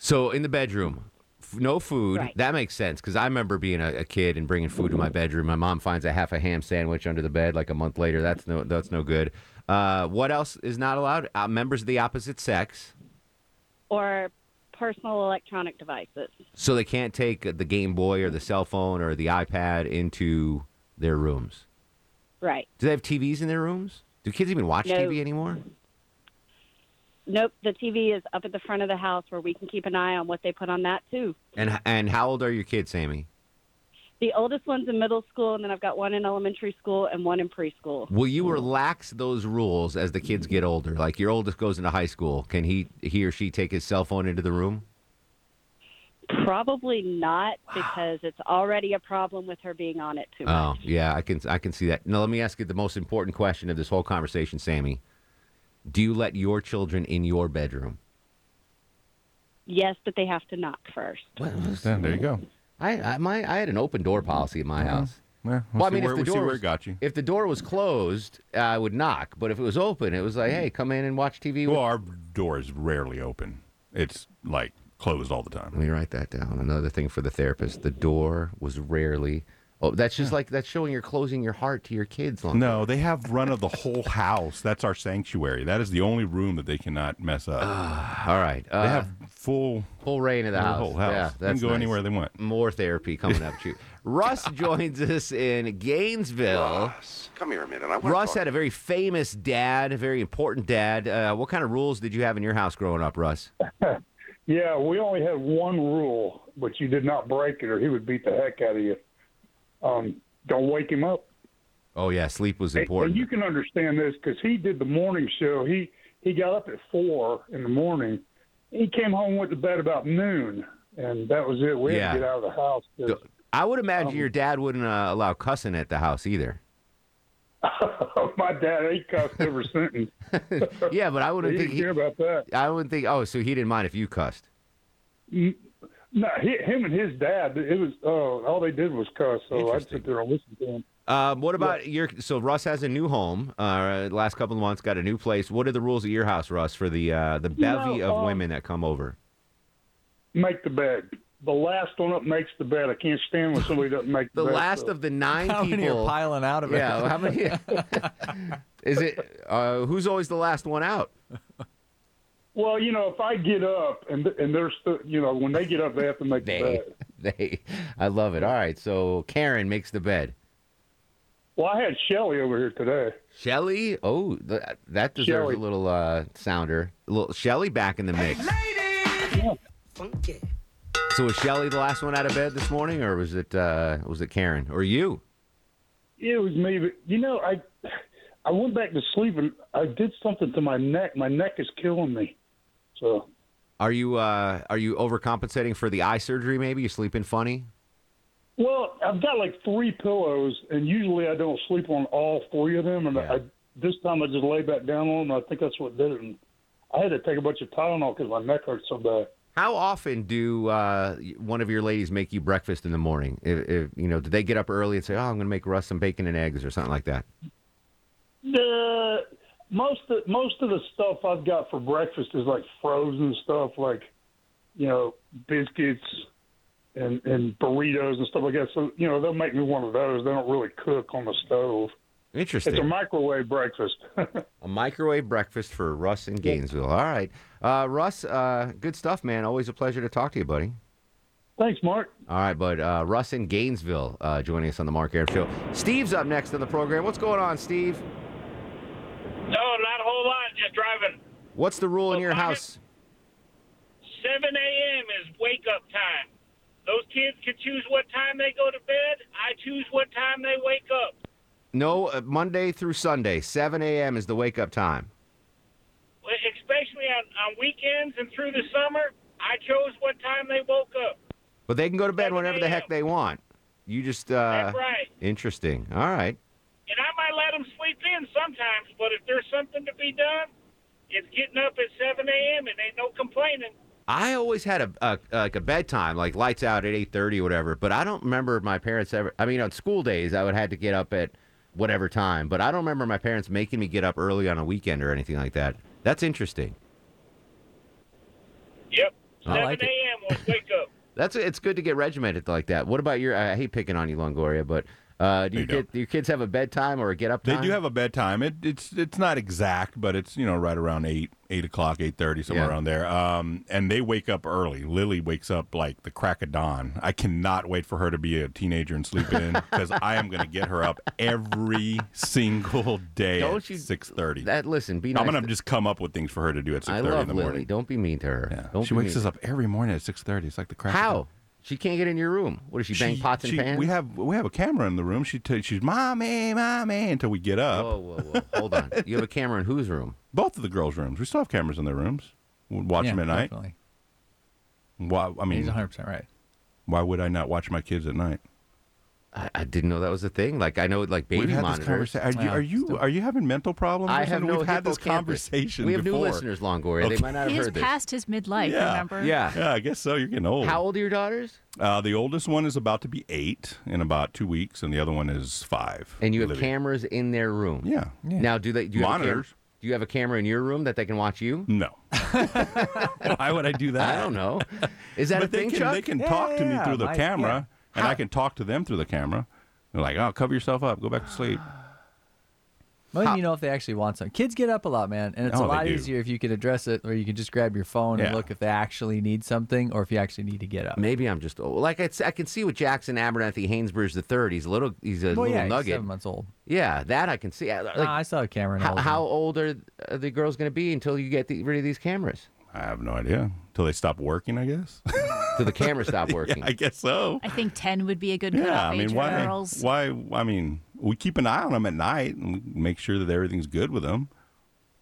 So in the bedroom, f- no food. Right. That makes sense because I remember being a, a kid and bringing food to my bedroom. My mom finds a half a ham sandwich under the bed like a month later. That's no, that's no good. Uh, what else is not allowed? Uh, members of the opposite sex, Or personal electronic devices. so they can't take uh, the Game Boy or the cell phone or the iPad into their rooms. Right. Do they have TVs in their rooms? Do kids even watch No. TV anymore? Nope, the TV is up at the front of the house where we can keep an eye on what they put on that too. And and how old are your kids, Sammy? The oldest one's in middle school, and then I've got one in elementary school and one in preschool. Will you relax those rules as the kids get older? Like your oldest goes into high school, can he he or she take his cell phone into the room? Probably not because it's already a problem with her being on it too much. Oh, yeah, I can I can see that. Now let me ask you the most important question of this whole conversation, Sammy. Do you let your children in your bedroom? Yes, but they have to knock first. there you go. I, I my I had an open door policy at my house. Well, Well, I Uh-huh. see mean, if where, the we'll see door where was- it got you. If the door was closed, I would knock. But if it was open, it was like, Mm-hmm. hey, come in and watch TV. Well, our door is rarely open. It's like closed all the time. Let me write that down. Another thing for the therapist: the door was rarely. Oh, that's just like that's showing you're closing your heart to your kids. Long No, they have run of the whole house. That's our sanctuary. That is the only room that they cannot mess up. all right. Uh, they have full full reign of the house. Whole house. Yeah, They that's can go nice. anywhere they want. More therapy coming up. too. Russ joins us in Gainesville. Russ, Come here a minute. I want Russ to had a very famous dad, a very important dad. Uh, what kind of rules did you have in your house growing up, Russ? Yeah, we only had one rule, but you did not break it, or he would beat the heck out of you. Um, don't wake him up. Oh yeah, sleep was And- important. And you can understand this because he did the morning show. He he got up at four in the morning. He came home went to bed about noon, and that was it. We had Yeah. to get out of the house. 'cause- I would imagine Um, your dad wouldn't uh, allow cussing at the house either. <laughs> my dad he cussed every sentence. <laughs> yeah, but I wouldn't he think didn't he- care about that. I wouldn't think. Oh, so he didn't mind if you cussed. Mm, No, he, him and his dad. It was uh, all they did was cuss. So I'd sit there and listen to him. Um, what about your? So Russ has a new home. Uh, last couple of months, got a new place. What are the rules at your house, Russ, for the uh, the bevy know, of um, women that come over? Make the bed. The last one up makes the bed. I can't stand when somebody doesn't make the, The bed. last so- of the nine How people many are piling out of it? yeah, how <laughs> many? <laughs> is it? Uh, who's always the last one out? <laughs> Well, you know, if I get up and and there's the, you know when they get up, they have to make the They, bed. they. I love it. All right, so Karen makes the bed. Well, I had Shelly over here today. Shelly, oh, th- that deserves Shelly. a little uh, sounder. A little Shelly back in the mix. Funky. So was Shelly the last one out of bed this morning, or was it uh, was it Karen or you? It was me, but you know, I I went back to sleep and I did something to my neck. My neck is killing me. So Are you uh, are you overcompensating for the eye surgery? Maybe you're sleeping funny. Well, I've got like three pillows, and usually I don't sleep on all three of them. And I, this time I just lay back down on them. I think that's what did it. And I had to take a bunch of Tylenol because my neck hurt so bad. How often do uh, one of your ladies make you breakfast in the morning? If, if, you know, do they get up early and say, "Oh, I'm going to make Russ some bacon and eggs" or something <laughs> like that? The most of, most of the stuff I've got for breakfast is like frozen stuff, like you know biscuits and and burritos and stuff like that. So you know they'll make me one of those. They don't really cook on the stove. Interesting. It's a microwave breakfast. <laughs> A microwave breakfast for Russ in Gainesville. All right. Uh, Russ, uh, good stuff, man. Always a pleasure to talk to you, buddy. Thanks, Mark. All right, bud. Uh, Russ in Gainesville uh, joining us on the Mark Arab Show. Steve's up next on the program. What's going on, Steve? No, not a whole lot. Just driving. What's the rule in your house? 7 a.m. is wake up time. Those kids can choose what time they go to bed. I choose what time they wake up. No, uh, Monday through Sunday, 7 a.m. is the wake up time. Well, Especially on, on weekends and through the summer, I chose what time they woke up. But they can go to bed whenever the heck they want. You just. Uh, That's right. Interesting. All right. And I might let them sleep in sometimes, but if there's something to be done, it's getting up at 7 a.m. and ain't no complaining. I always had a, a like a bedtime, like lights out at eight thirty, whatever. But I don't remember my parents ever. I mean, on school days, I would had to get up at whatever time, but I don't remember my parents making me get up early on a weekend or anything like that. That's interesting. Yep. I 7 like it. a.m. was wake up. That's it's good to get regimented like that. What about your? I hate picking on you, Longoria, but uh, do, you kid, do your kids have a bedtime or a get up time? They do have a bedtime. It, it's it's not exact, but it's you know right around eight eight o'clock, eight thirty, somewhere Yeah. around there. Um, and they wake up early. Lily wakes up like the crack of dawn. I cannot wait for her to be a teenager and sleep in because I am going to get her up every single day Don't at six thirty. That listen, be I'm nice going to to- just come up with things for her to do at six I thirty love in the Lily. morning. Don't be mean to her. Don't she be wakes mean. us up every morning at six thirty. It's like the crack. of How? She can't get in your room. What does she bang pots and she- pans? We have we have a camera in the room. She t- she's mommy, mommy until we get up. Whoa, whoa, whoa! <laughs> Hold on. You have a camera in whose room? Both of the girls' rooms. We still have cameras in their rooms. We watch Yeah, them at night. definitely. Why? I mean, He's 100% right. Why would I not watch my kids at night? I, I didn't know that was a thing. Like I know, like We've baby had this monitors. conversa- Are you are you are you having mental problems? I or have something? no We've had this hippocampus. conversation. We have new before. listeners, Longoria. They might not He have is heard this. past his midlife, yeah. remember? yeah, yeah. I guess so. You're getting old. How old are your daughters? Uh, the oldest one is about to be eight in about two weeks, and the other one is five. And you have Olivia. cameras in their room. Yeah. Now, do they do you Have a Monitors. cam- do you have a camera in your room that they can watch you? <laughs> No. Why would I do that? I don't know. Is that but a they thing, can, Chuck? They can talk to me through the camera, and I can talk to them through the camera. They're like, "Oh, cover yourself up, go back to sleep." Well, you know if they actually want some. Kids get up a lot, man, <sighs> and it's Oh, they a lot do. easier if you can address it, or you can just grab your phone Yeah. and look if they actually need something, or if you actually need to get up. Maybe I'm just old. Like I, I can see with Jackson Abernathy Hainsbridge the third. He's a little. He's a well, little yeah, he's nugget. seven months old. Yeah, that I can see. I- Like, Nah, I saw a camera. in how, Alton. how old are are the girls going to be until you get the, rid of these cameras? I have no idea. Until they stop working, I guess. Till <laughs> the cameras stop working. I guess so. I think 10 would be a good cutoff yeah, I mean, age why? for girls. Why? I mean, we keep an eye on them at night and we make sure that everything's good with them.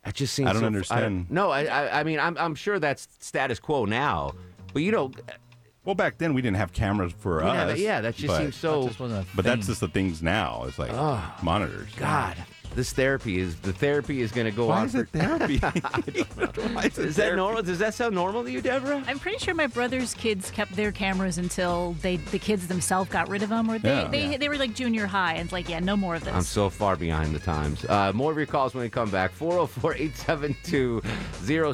That just seems. I don't so- understand. no, I, I I mean I'm I'm sure that's status quo now, but you know. well, back then we didn't have cameras for Yeah, us. that- yeah, that just but- seems so- That just wasn't a But that's thing. just the things now. It's like Ugh. monitors. God, this therapy is the therapy is going to go Why on. is for- it <laughs> therapy? <laughs> is, that normal? Does that sound normal to you, Deborah? I'm pretty sure my brother's kids kept their cameras until they the kids themselves got rid of them, or they, Yeah. they, Yeah. they were like junior high and like, yeah, no more of this. I'm so far behind the times. Uh, more of your calls when we come back. 404 872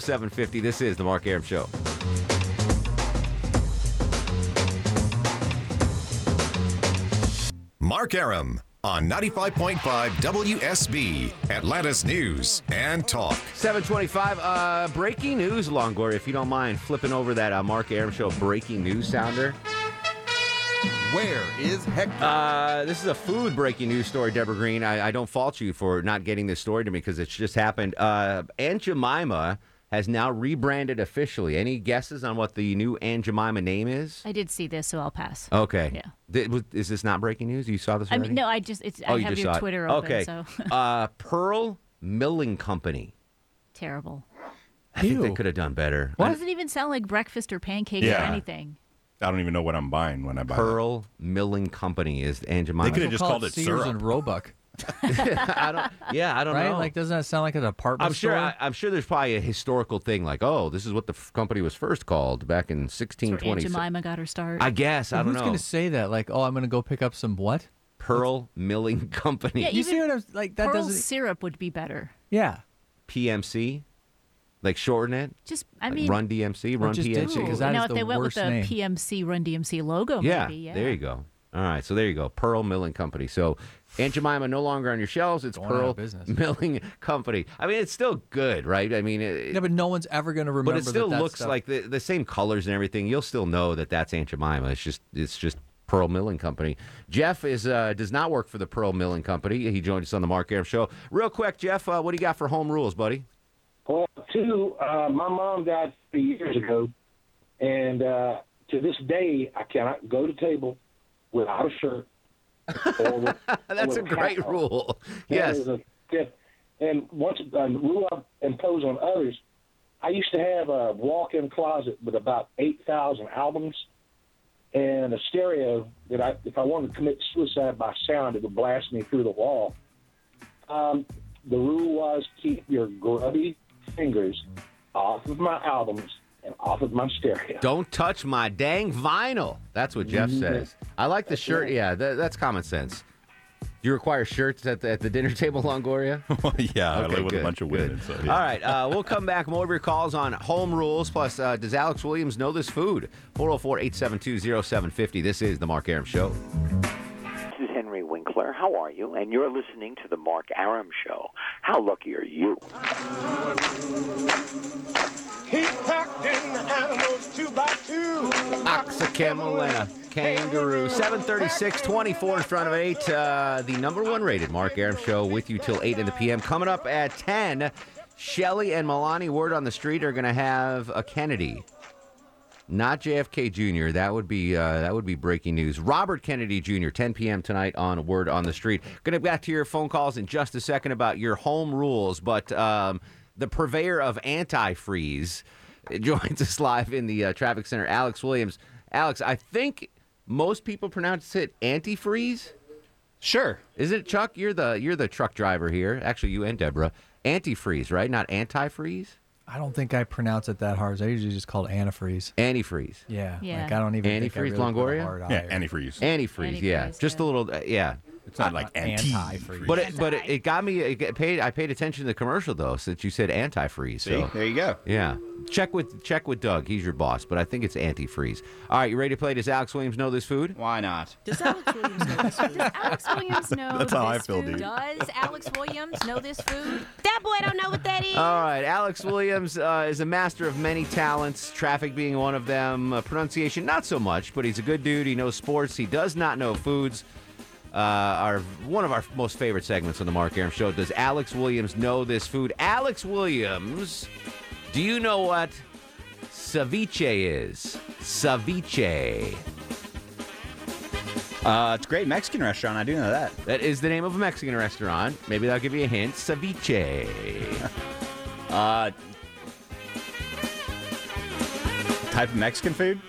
0750. This is The Mark Aram Show. Mark Aram on 95.5 WSB, Atlantis News and Talk. 725. Uh, breaking news, Longor, if you don't mind flipping over that uh, Mark Aram Show breaking news sounder. Where is Hector? Uh, this is a food breaking news story, Deborah Green. I, I don't fault you for not getting this story to me because it's just happened. Uh, Aunt Jemima has now rebranded officially. Any guesses on what the new Aunt Jemima name is? I did see this, so I'll pass. Okay. Yeah. Th- was- is this not breaking news? You saw this I already? mean, no, I just it's, Oh, I you have just your saw it. Twitter open, okay. so <laughs> <laughs> uh, Pearl Milling Company. terrible. I think they could have done better. It doesn't even sound like breakfast or pancakes or Yeah. anything. I don't even know what I'm buying <laughs> when I buy. Pearl Milling Company is Aunt Jemima. They could have just called it Sears syrup. and Roebuck. yeah, I don't right? know. Like, doesn't that sound like an apartment I'm sure. store? I, am sure there's probably a historical thing like, oh, this is what the f- company was first called back in That's where Aunt 1620. Jemima got her start. I guess. I Well, don't who's know. gonna say that? Like, oh, I'm gonna go pick up some what? Pearl Milling Company. Yeah, even see what I'm like? That Pearl doesn't. syrup would be better. Yeah. PMC. Like shorten it. Just I Like mean, Run DMC, Or Run just do. PMC. you know, if they went with the PMC Run DMC logo, yeah, Oh, maybe. Yeah, there you go. All right, so there you go. Pearl Milling Company. So Aunt Jemima no longer on your shelves. It's out of Pearl business. <laughs> Milling Company. I mean, it's still good, right? I mean, it, Yeah, but no one's ever going to remember. but it still that that looks stuff- like the, the same colors and everything. You'll still know that that's Aunt Jemima. It's just it's just Pearl Milling Company. Jeff is uh, does not work for the Pearl Milling Company. He joined us on the Mark Aram Show. Real quick, Jeff, uh, what do you got for home rules, buddy? Well, two, uh, my mom died three years ago, and uh, to this day, I cannot go to table without a shirt. or <laughs> with- That's a with great hat on. rule. That Yes. is a- yeah. and once a rule I impose on others, I used to have a walk-in closet with about eight thousand albums and a stereo that I, if I wanted to commit suicide by sound, it would blast me through the wall. Um, the rule was keep your grubby fingers off of my albums and off of my stereo. Don't touch my dang vinyl. That's what Jeff Mhm. says. I like the shirt. Yeah, tha- that's common sense. Do you require shirts at the, at the dinner <laughs> table, Longoria? yeah, I Okay, live with good, a bunch of good. women. So, yeah. All right, uh, we'll come back. More of your calls on home rules. Plus, uh, does Alex Williams know this food? 404 872 0750. This is The Mark Aram Show. This is Henry Winkler. How are you? And you're listening to The Mark Aram Show. How lucky are you? He packed in animals two by two. Ox, a camel, and a kangaroo. 736, 24 in front of 8. Uh, the number one rated Mark Aram show with you till 8 in the p.m. Coming up at 10, Shelly and Milani, word on the street, are going to have a Kennedy. Not JFK Jr. That would be uh, that would be breaking news. Robert Kennedy Jr. 10 p.m. tonight on Word on the Street. Going to get back to your phone calls in just a second about your home rules, but um, the purveyor of antifreeze <laughs> joins us live in the uh, traffic center. Alex Williams. Alex, I think most people pronounce it antifreeze. Sure. Is it Chuck? You're the you're the truck driver here. Actually, you and Deborah. Antifreeze, right? Not antifreeze. I don't think I pronounce it that hard. I usually just call it antifreeze. Antifreeze. Yeah. Yeah. Like I don't even think I Antifreeze, really put a Longoria? hard eye Yeah, or- antifreeze. Antifreeze, yeah, Antifreeze, just a little, uh, yeah. It's not like anti- Uh, antifreeze. but it, but it, it got me. It got paid. I paid attention to the commercial though, since you said antifreeze. See? So. There you go. Yeah, check with check with Doug. He's your boss, but I think it's antifreeze. All right, you ready to play? Does Alex Williams know this food? Why not? Does Alex Williams know this food? Does Alex Williams know That's how I this feel, food? dude. Does Alex Williams know this food? That boy don't know <laughs> what that is. All right, Alex Williams uh, is a master of many talents, traffic being one of them. Uh, pronunciation, not so much, but he's a good dude. He knows sports. He does not know foods. Uh, our one of our most favorite segments on the Mark Aram Show. Does Alex Williams know this food? Alex Williams, do you know what ceviche is? Ceviche. Uh, it's a great Mexican restaurant. I do know that. That is the name of a Mexican restaurant. Maybe that'll give you a hint. Ceviche. <laughs> uh, type of Mexican food?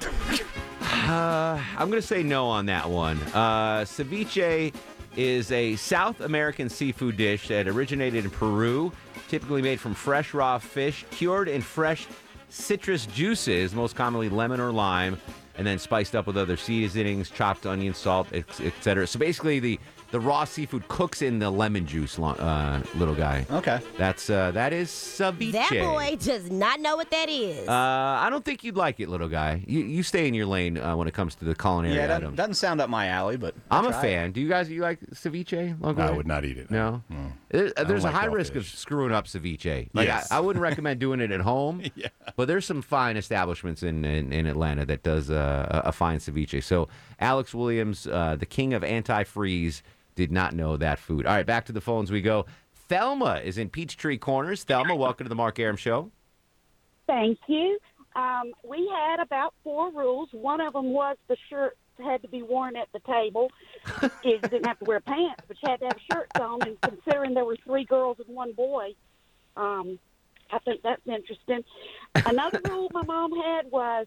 Uh, I'm going to say no on that one. Uh, ceviche is a South American seafood dish that originated in Peru, typically made from fresh raw fish, cured in fresh citrus juices, most commonly lemon or lime, and then spiced up with other seasonings, chopped onion, salt, etc. So basically, the the raw seafood cooks in the lemon juice, lo- uh, little guy. Okay, that's uh, that is ceviche. That boy does not know what that is. Uh, I don't think you'd like it, little guy. You, you stay in your lane uh, when it comes to the culinary yeah, it doesn't, items. doesn't sound up my alley, but I'm a try it. fan. Do you guys you like ceviche? Longoria? No, I would not eat it. No, There- I don't there's a like high raw risk of screwing up ceviche. Like Yes. I, I wouldn't recommend doing it <laughs> at home. yeah. But there's some fine establishments in in, in Atlanta that does uh, a a fine ceviche. So Alex Williams, uh, the king of antifreeze, did not know that food. All right, back to the phones we go. Thelma is in Peachtree Corners. Thelma, welcome to the Mark Aram Show. Thank you. Um, we had about four rules. One of them was the shirts had to be worn at the table. Kids didn't have to wear pants, but you had to have shirts on. And considering there were three girls and one boy, um, I think that's interesting. Another rule my mom had was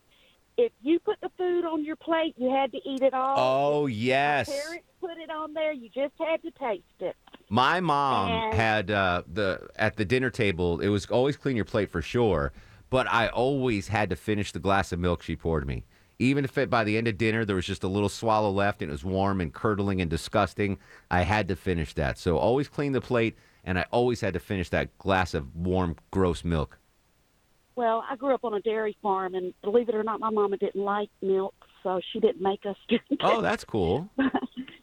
if you put the food on your plate, you had to eat it all. Oh yes. My parents put it on there. You just had to taste it. My mom And- had uh, the at the dinner table. It was always clean your plate for sure, but I always had to finish the glass of milk she poured me. Even if it, by the end of dinner there was just a little swallow left and it was warm and curdling and disgusting, I had to finish that. <laughs> So always clean the plate, and I always had to finish that glass of warm, gross milk. Well, I grew up on a dairy farm, and believe it or not, my mama didn't like milk, so she didn't make us drink it. Oh, that's cool.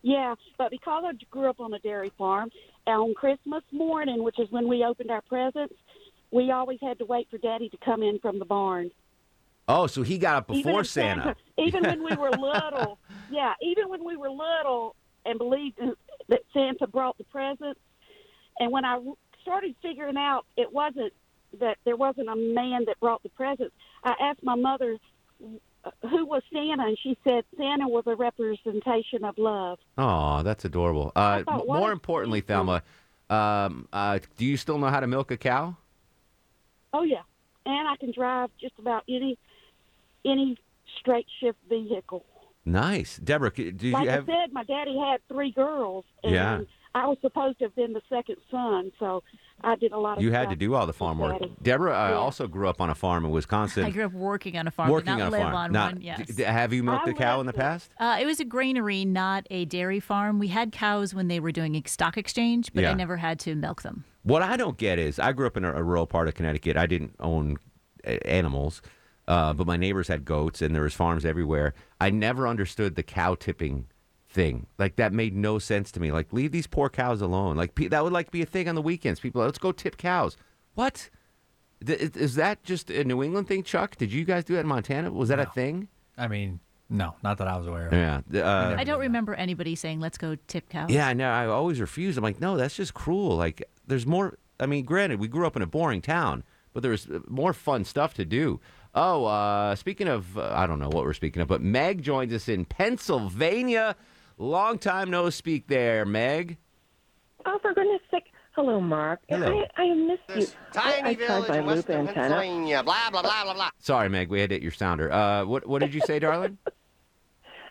Yeah, but because I grew up on a dairy farm, on Christmas morning, which is when we opened our presents, we always had to wait for Daddy to come in from the barn. Oh, so he got up Even before if Santa. <laughs> Even <laughs> when we were little, yeah, even when we were little and believed in- that Santa brought the presents, and when I started figuring out it wasn't that there wasn't a man that brought the presents, I asked my mother uh, who was Santa, and she said Santa was a representation of love. Oh, that's adorable. Uh, thought, m- what more a importantly, Thelma, um, uh, do you still know how to milk a cow? Oh yeah, and I can drive just about any any straight shift vehicle. Nice, Deborah. c- Do you like have? I said, my daddy had three girls, and Yeah. I was supposed to have been the second son, so I did a lot of. You stuff. had to do all the farm work. Daddy. Deborah uh, also grew up on a farm in Wisconsin. I grew up working on a farm, working but not on a live farm. on Not- one. d- Yes. d- have you milked a cow in the past? Uh, it was a granary, not a dairy farm. We had cows when they were doing ex- stock exchange, but Yeah. I never had to milk them. What I don't get is I grew up in a, a rural part of Connecticut. I didn't own a- animals, uh, but my neighbors had goats and there was farms everywhere. I never understood the cow tipping thing. Like that made no sense to me. Like leave these poor cows alone. Like pe- that would like be a thing on the weekends. People, let's go tip cows. What? Th- is- is that just a New England thing, Chuck? Did you guys do that in Montana? Was that a thing? I mean, no, not that I was aware of. Yeah. the, uh, I don't remember anybody saying, "Let's go tip cows." Yeah, I know. I always refuse. I'm like, no, that's just cruel. Like, there's more. I mean, granted, we grew up in a boring town, but there was uh, more fun stuff to do. Oh, uh, speaking of, uh, I don't know what we're speaking of, but Meg joins us in Pennsylvania. Long time no speak there, Meg. Oh, for goodness sake. Hello, Mark. Hello. I, I missed you. Tiny I, I tried village my west loop of antenna. Pennsylvania. Blah blah blah blah blah. Sorry, Meg, we had to hit your sounder. Uh, what what did you say, darling?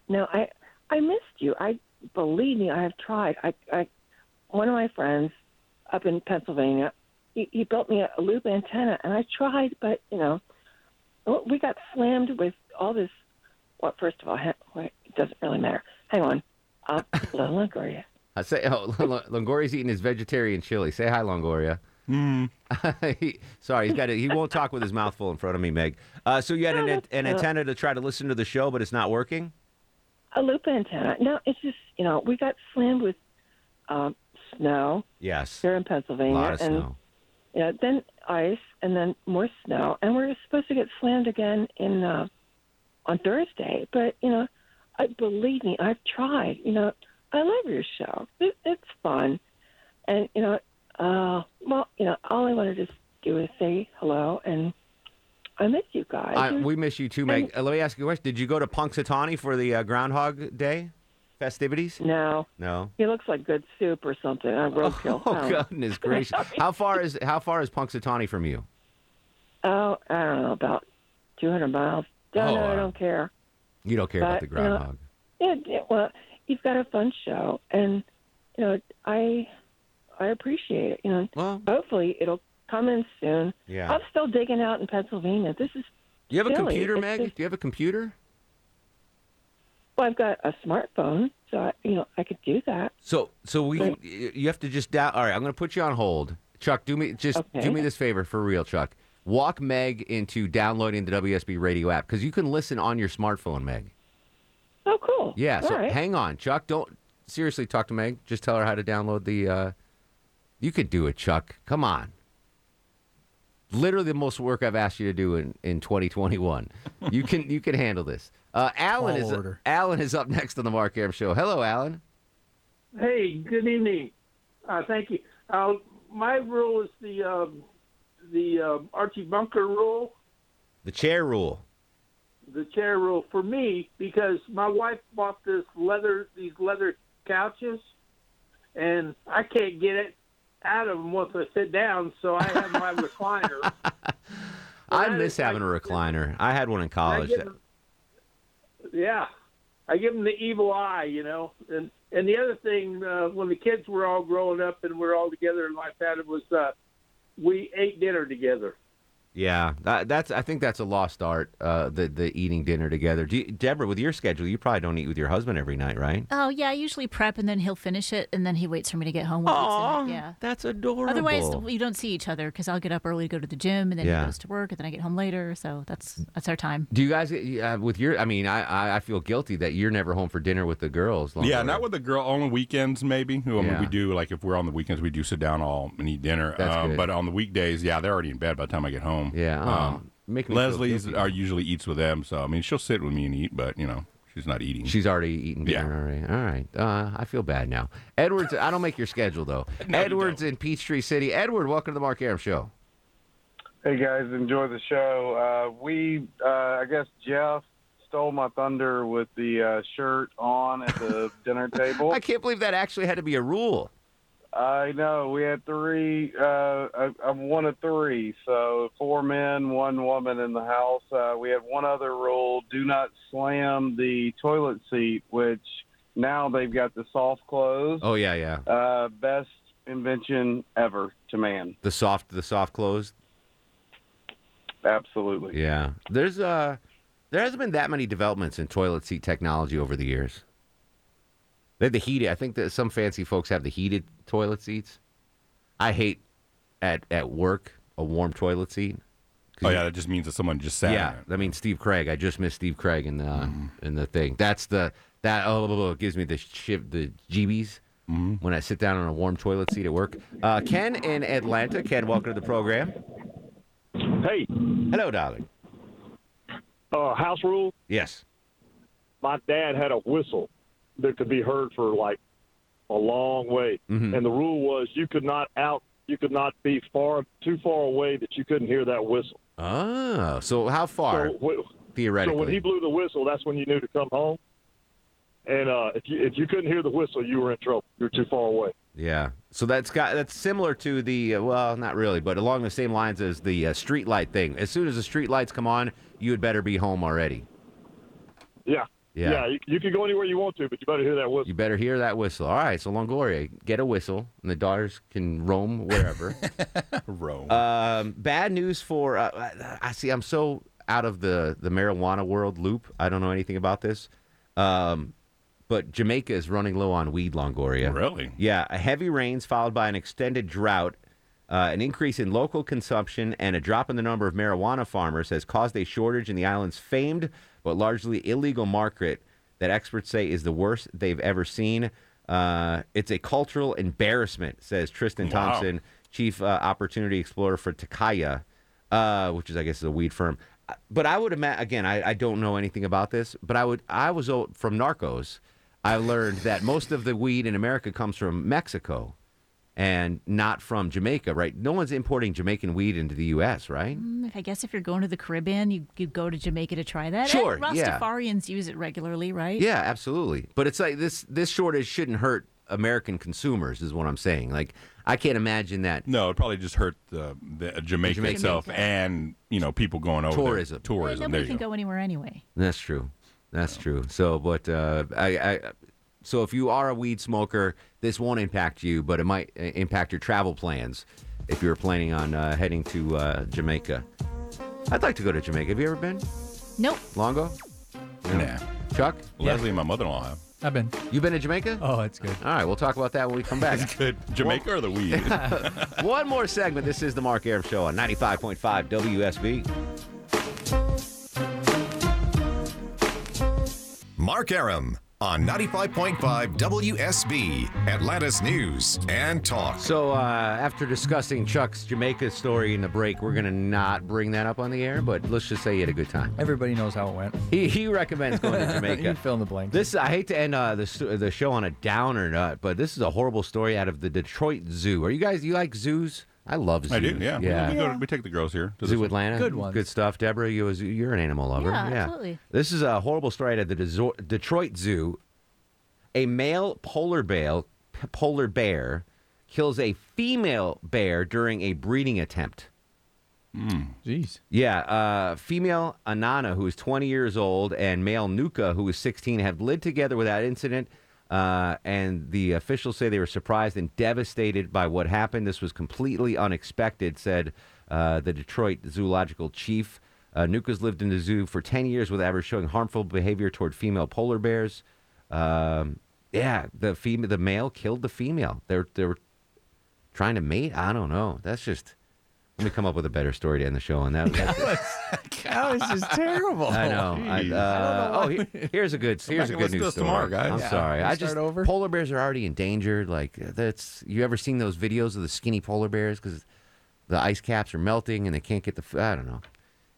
No, I I missed you. I believe me, I have tried. I, I one of my friends up in Pennsylvania, he, he built me a loop antenna, and I tried, but you know, w- we got slammed with all this. Well, first of all, ha- wait, it doesn't really matter. Hang on, Uh, <laughs> I'll Longoria. I say, oh, <laughs> L- Longoria's eating his vegetarian chili. Say hi, Longoria. He- <laughs> sorry, he's got to, he won't talk with his mouth full in front of me, Meg. Uh, so you had an, an, an yeah. antenna to try to listen to the show, but it's not working. A loop antenna. No, it's just you know, we got slammed with um, snow. Yes. Here in Pennsylvania. Lot of and, snow. Yeah, then ice, and then more snow, and we're supposed to get slammed again in uh, on Thursday. But you know, I believe me, I've tried. You know, I love your show. It, it's fun, and you know, uh, well, you know, all I wanted to do is say hello, and I miss you guys. I, we miss you too, Meg. Uh, let me ask you a question. Did you go to Punxsutawney for the uh, Groundhog Day festivities? No. No. he looks like good soup or something. I roadkill. <laughs> Oh <laughs> goodness gracious! How far is how far is Punxsutawney from you? Oh, I don't know about two hundred miles. Don't Oh, know. wow. I don't care. You don't care about But, the you know, groundhog. Yeah, yeah, well, you've got a fun show, and you know, I I appreciate it. You know, hopefully it'll come in soon. Yeah. I'm still digging out in Pennsylvania. This is Do you have a silly. computer, It's Meg? just- Do you have a computer? well, I've got a smartphone, so I, you know I could do that. So so we can, you have to just down. All right, I'm going to put you on hold. Chuck, do me just Okay. do me this favor for real, Chuck. Walk Meg into downloading the WSB radio app because you can listen on your smartphone, Meg. Oh, cool. Yeah. All So right. hang on, Chuck. Don't seriously talk to Meg. Just tell her how to download the. Uh, you could do it, Chuck. Come on. Literally the most work I've asked you to do in, in 2021. you can you can handle this. Uh, Alan Tall is order. Alan is up next on the Mark Aram Show. Hello, Alan. Hey, good evening. Uh, thank you. Uh, my rule is the um, the um Archie Bunker rule, The chair rule. the chair rule for me because my wife bought this leather these leather couches, and I can't get it out of them once I sit down. So I have my recliner. I miss having a recliner. I had one in college. I give 'em- yeah, I give them the evil eye, you know. And and the other thing, uh, when the kids were all growing up and we're all together and like that, it was uh, we ate dinner together. Yeah, that, that's. I think that's a lost art. Uh, the the eating dinner together. Do you, Deborah, with your schedule, you probably don't eat with your husband every night, right? Oh yeah, I usually prep and then he'll finish it and then he waits for me to get home. While Aw, yeah, that's adorable. Otherwise, you don't see each other because I'll get up early to go to the gym and then Yeah. he goes to work and then I get home later. So that's that's our time. Do you guys uh, with your? I mean, I- I I feel guilty that you're never home for dinner with the girls. longer. Yeah, not with the girl. On the weekends, maybe. Who I mean, Yeah. we do like if we're on the weekends, we do sit down all and eat dinner. That's Um, good. But on the weekdays, yeah, they're already in bed by the time I get home. Yeah, Um, oh, make me feel Leslie's guilty. are usually eats with them, so I mean, she'll sit with me and eat, but you know, she's not eating. She's already eating dinner already. All right. Uh, I feel bad now. Edwards, I don't make your <laughs> schedule though. Edwards in Peachtree City. Edward, welcome to the Mark Aram Show. Hey guys, enjoy the show. Uh, we, uh, I guess Jeff stole my thunder with the uh, shirt on at the <laughs> dinner table. I can't believe that actually had to be a rule. I know we had three. Uh, I, I'm one of three, so four men, one woman in the house. Uh, we had one other rule: do not slam the toilet seat. Which now they've got the soft close. Oh yeah, yeah. Uh, best invention ever to man. The soft, the soft close. Absolutely. Yeah. There's uh, there hasn't been that many developments in toilet seat technology over the years. They had the heated. I think that some fancy folks have the heated toilet seats. I hate at at work a warm toilet seat. Oh yeah, that just means that someone just sat. yeah, in it. Mm-hmm. I mean Steve Craig. I just missed Steve Craig in the uh, in the thing. That's the that oh, oh, oh, it gives me the shiv the jeebies Mm-hmm. when I sit down on a warm toilet seat at work. Uh, Ken in Atlanta. Ken, welcome to the program. Hey. Hello, darling. Uh, house rule. Yes. My dad had a whistle that could be heard for like a long way, Mhm. and the rule was you could not out, you could not be far too far away that you couldn't hear that whistle. Oh, so how far So, wh- theoretically? So when he blew the whistle, that's when you knew to come home. And uh, if you if you couldn't hear the whistle, you were in trouble. You're too far away. Yeah. So that's got that's similar to the uh, well, not really, but along the same lines as the uh, street light thing. As soon as the street lights come on, you had better be home already. Yeah. Yeah. you, you can go anywhere you want to, but you better hear that whistle. You better hear that whistle. All right, so Longoria, get a whistle, and the daughters can roam wherever. roam. Um, bad news for uh, I- I see. I'm so out of the the marijuana world loop. I don't know anything about this. Um, but Jamaica is running low on weed, Longoria. Really? Yeah. a Heavy rains followed by an extended drought. Uh, an increase in local consumption and a drop in the number of marijuana farmers has caused a shortage in the island's famed but largely illegal market that experts say is the worst they've ever seen. Uh, it's a cultural embarrassment, says Tristan Wow. Thompson, chief uh, opportunity explorer for Takaya, uh, which is, I guess, is a weed firm. Uh, But I would imagine again, I, I don't know anything about this, but I would I was o- from Narcos. I learned that most of the weed in America comes from Mexico, and not from Jamaica. Right? No one's importing Jamaican weed into the U.S. Right? Mm, I guess if you're going to the Caribbean, you, you go to Jamaica to try that. Sure, And yeah. Rastafarians use it regularly, right? Yeah, absolutely. But it's like this this shortage shouldn't hurt American consumers, is what I'm saying. Like I can't imagine that. No, it probably just hurt the, the uh, Jamaica, Jamaica. itself and you know people going over Tourism. There. Tourism. Nobody there you can go. <laughs> anywhere anyway. That's true. That's true. So, but uh, I, I, so if you are a weed smoker, this won't impact you, but it might uh, impact your travel plans if you're planning on uh, heading to uh, Jamaica. I'd like to go to Jamaica. Have you ever been? Nope. Longo? No. Chuck? Leslie and my mother-in-law have. I've been. You've been to Jamaica? Oh, it's good. All right, we'll talk about that when we come back. It's good. Jamaica or the weed? <laughs> One more segment. This is the Mark Aram Show on 95.5 WSB. Mark Aram on 95.5 WSB, Atlantis News and Talk. So, uh, after discussing Chuck's Jamaica story in the break, we're going to not bring that up on the air, but let's just say you had a good time. Everybody knows how it went. He, he recommends going <laughs> to Jamaica. You fill in the blank. This I hate to end uh, the sto- the show on a downer nut, but this is a horrible story out of the Detroit Zoo. Are you guys? You like zoos? I love zoos. I do. Yeah. We- yeah. We, go to- we take the girls here. To the Zoo Atlanta. Good ones. Good stuff. Deborah, you a zoo, you're an animal lover. Yeah, absolutely. This is a horrible story out of the Dezo- Detroit Zoo. A male polar bear, p- polar bear kills a female bear during a breeding attempt. Jeez. Yeah, uh, female Anana, who is 20 years old, and male Nuka, who is 16, have lived together without incident. Uh, and the officials say they were surprised and devastated by what happened. This was completely unexpected, said uh, the Detroit zoological chief. Uh, Nukas lived in the zoo for 10 years without ever showing harmful behavior toward female polar bears. Um, yeah, the fem- the male killed the female. They're, they were trying to mate. I don't know. That's just. Let me come up with a better story to end the show on that. That's <laughs> That was <laughs> just terrible. I know. I, Jeez. uh, I oh, don't know why he- here's a good. Come Here's a back and good listen to news us story. tomorrow, guys. I'm Yeah. sorry. We I start just over? polar bears are already endangered. Like that's you ever seen those videos of the skinny polar bears because the ice caps are melting and they can't get the. f- I don't know.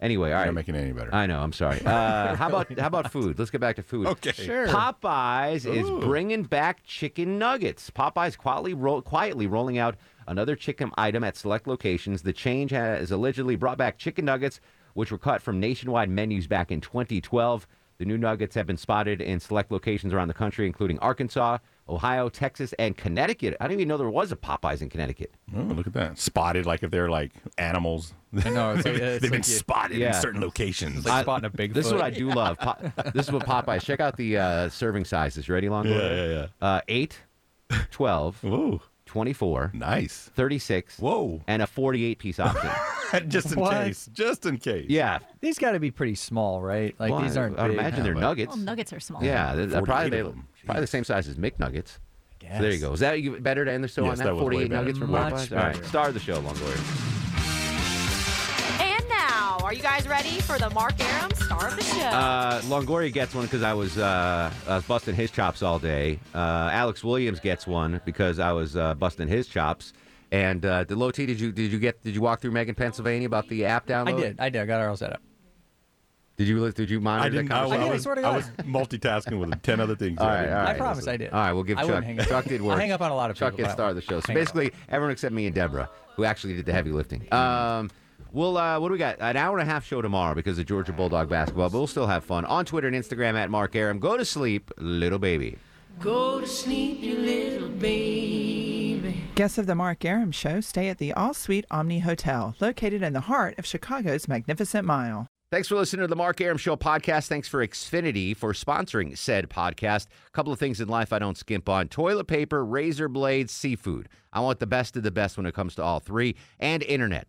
Anyway, all right. Not making it any better. I know. I'm sorry. Uh, how about how about food? Let's get back to <laughs> food. Okay. Sure. Popeyes is Ooh. bringing back chicken nuggets. Popeyes quietly ro- quietly rolling out another chicken item at select locations. The change has allegedly brought back chicken nuggets, which were cut from nationwide menus back in 2012. The new nuggets have been spotted in select locations around the country, including Arkansas, Ohio, Texas, and Connecticut. I didn't even know there was a Popeyes in Connecticut. Oh, look at that. Spotted like if they're like animals. I <laughs> know. it's like- They've it's been like you- spotted Yeah. in certain locations. I- This is what I do love. Po- this is what Popeyes. Check out the uh, serving sizes. You ready, Longo? Yeah, yeah, yeah. Uh, 8, <laughs> 12, 24. Nice. 36. Whoa. And a 48 <laughs> piece option. <laughs> Just in What? case. Just in case. Yeah. These got to be pretty small, right? Like Well, these I- aren't. I big. Oh, imagine they're nuggets. Well, nuggets are small. yeah, they're- they're 48 probably, they, of them. probably the same size as McNuggets. So there you guess. go. Is that you- better to end the show Yes, on that? that was way 48 better. nuggets from Much Popeyes? All right, better. star of the show, Longoria. And now, are you guys ready for the Mark Aram star of the show? Uh, Longoria gets one because I was uh, I was busting his chops all day. Uh, Alex Williams gets one because I was uh, busting his chops. And uh, did- Low T, did you did you get did you walk through Megan, Pennsylvania about the app download? I did. I did. I got it all set up. Did you did you monitor I didn't. that I, conversation? I was, swear to I God. was multitasking with ten other things. All right, all right. I promise I did. All right, we'll give I Chuck. wouldn't hang up- Chuck did I work. hang up on a lot of Chuck people, gets but star of the show. So hang up. Mm-hmm. basically, everyone except me and Deborah, who actually did the heavy lifting. Um, we'll uh, what do we got? An hour and a half show tomorrow because of Georgia Bulldog basketball. But we'll still have fun on Twitter and Instagram at Mark Aram. Go to sleep, little baby. Go to sleep, you little baby. Guests of the Mark Aram Show stay at the All Suite Omni Hotel, located in the heart of Chicago's Magnificent Mile. Thanks for listening to the Mark Aram Show podcast. Thanks for Xfinity for sponsoring said podcast. A couple of things in life I don't skimp on toilet paper, razor blades, seafood. I want the best of the best when it comes to all three, and internet.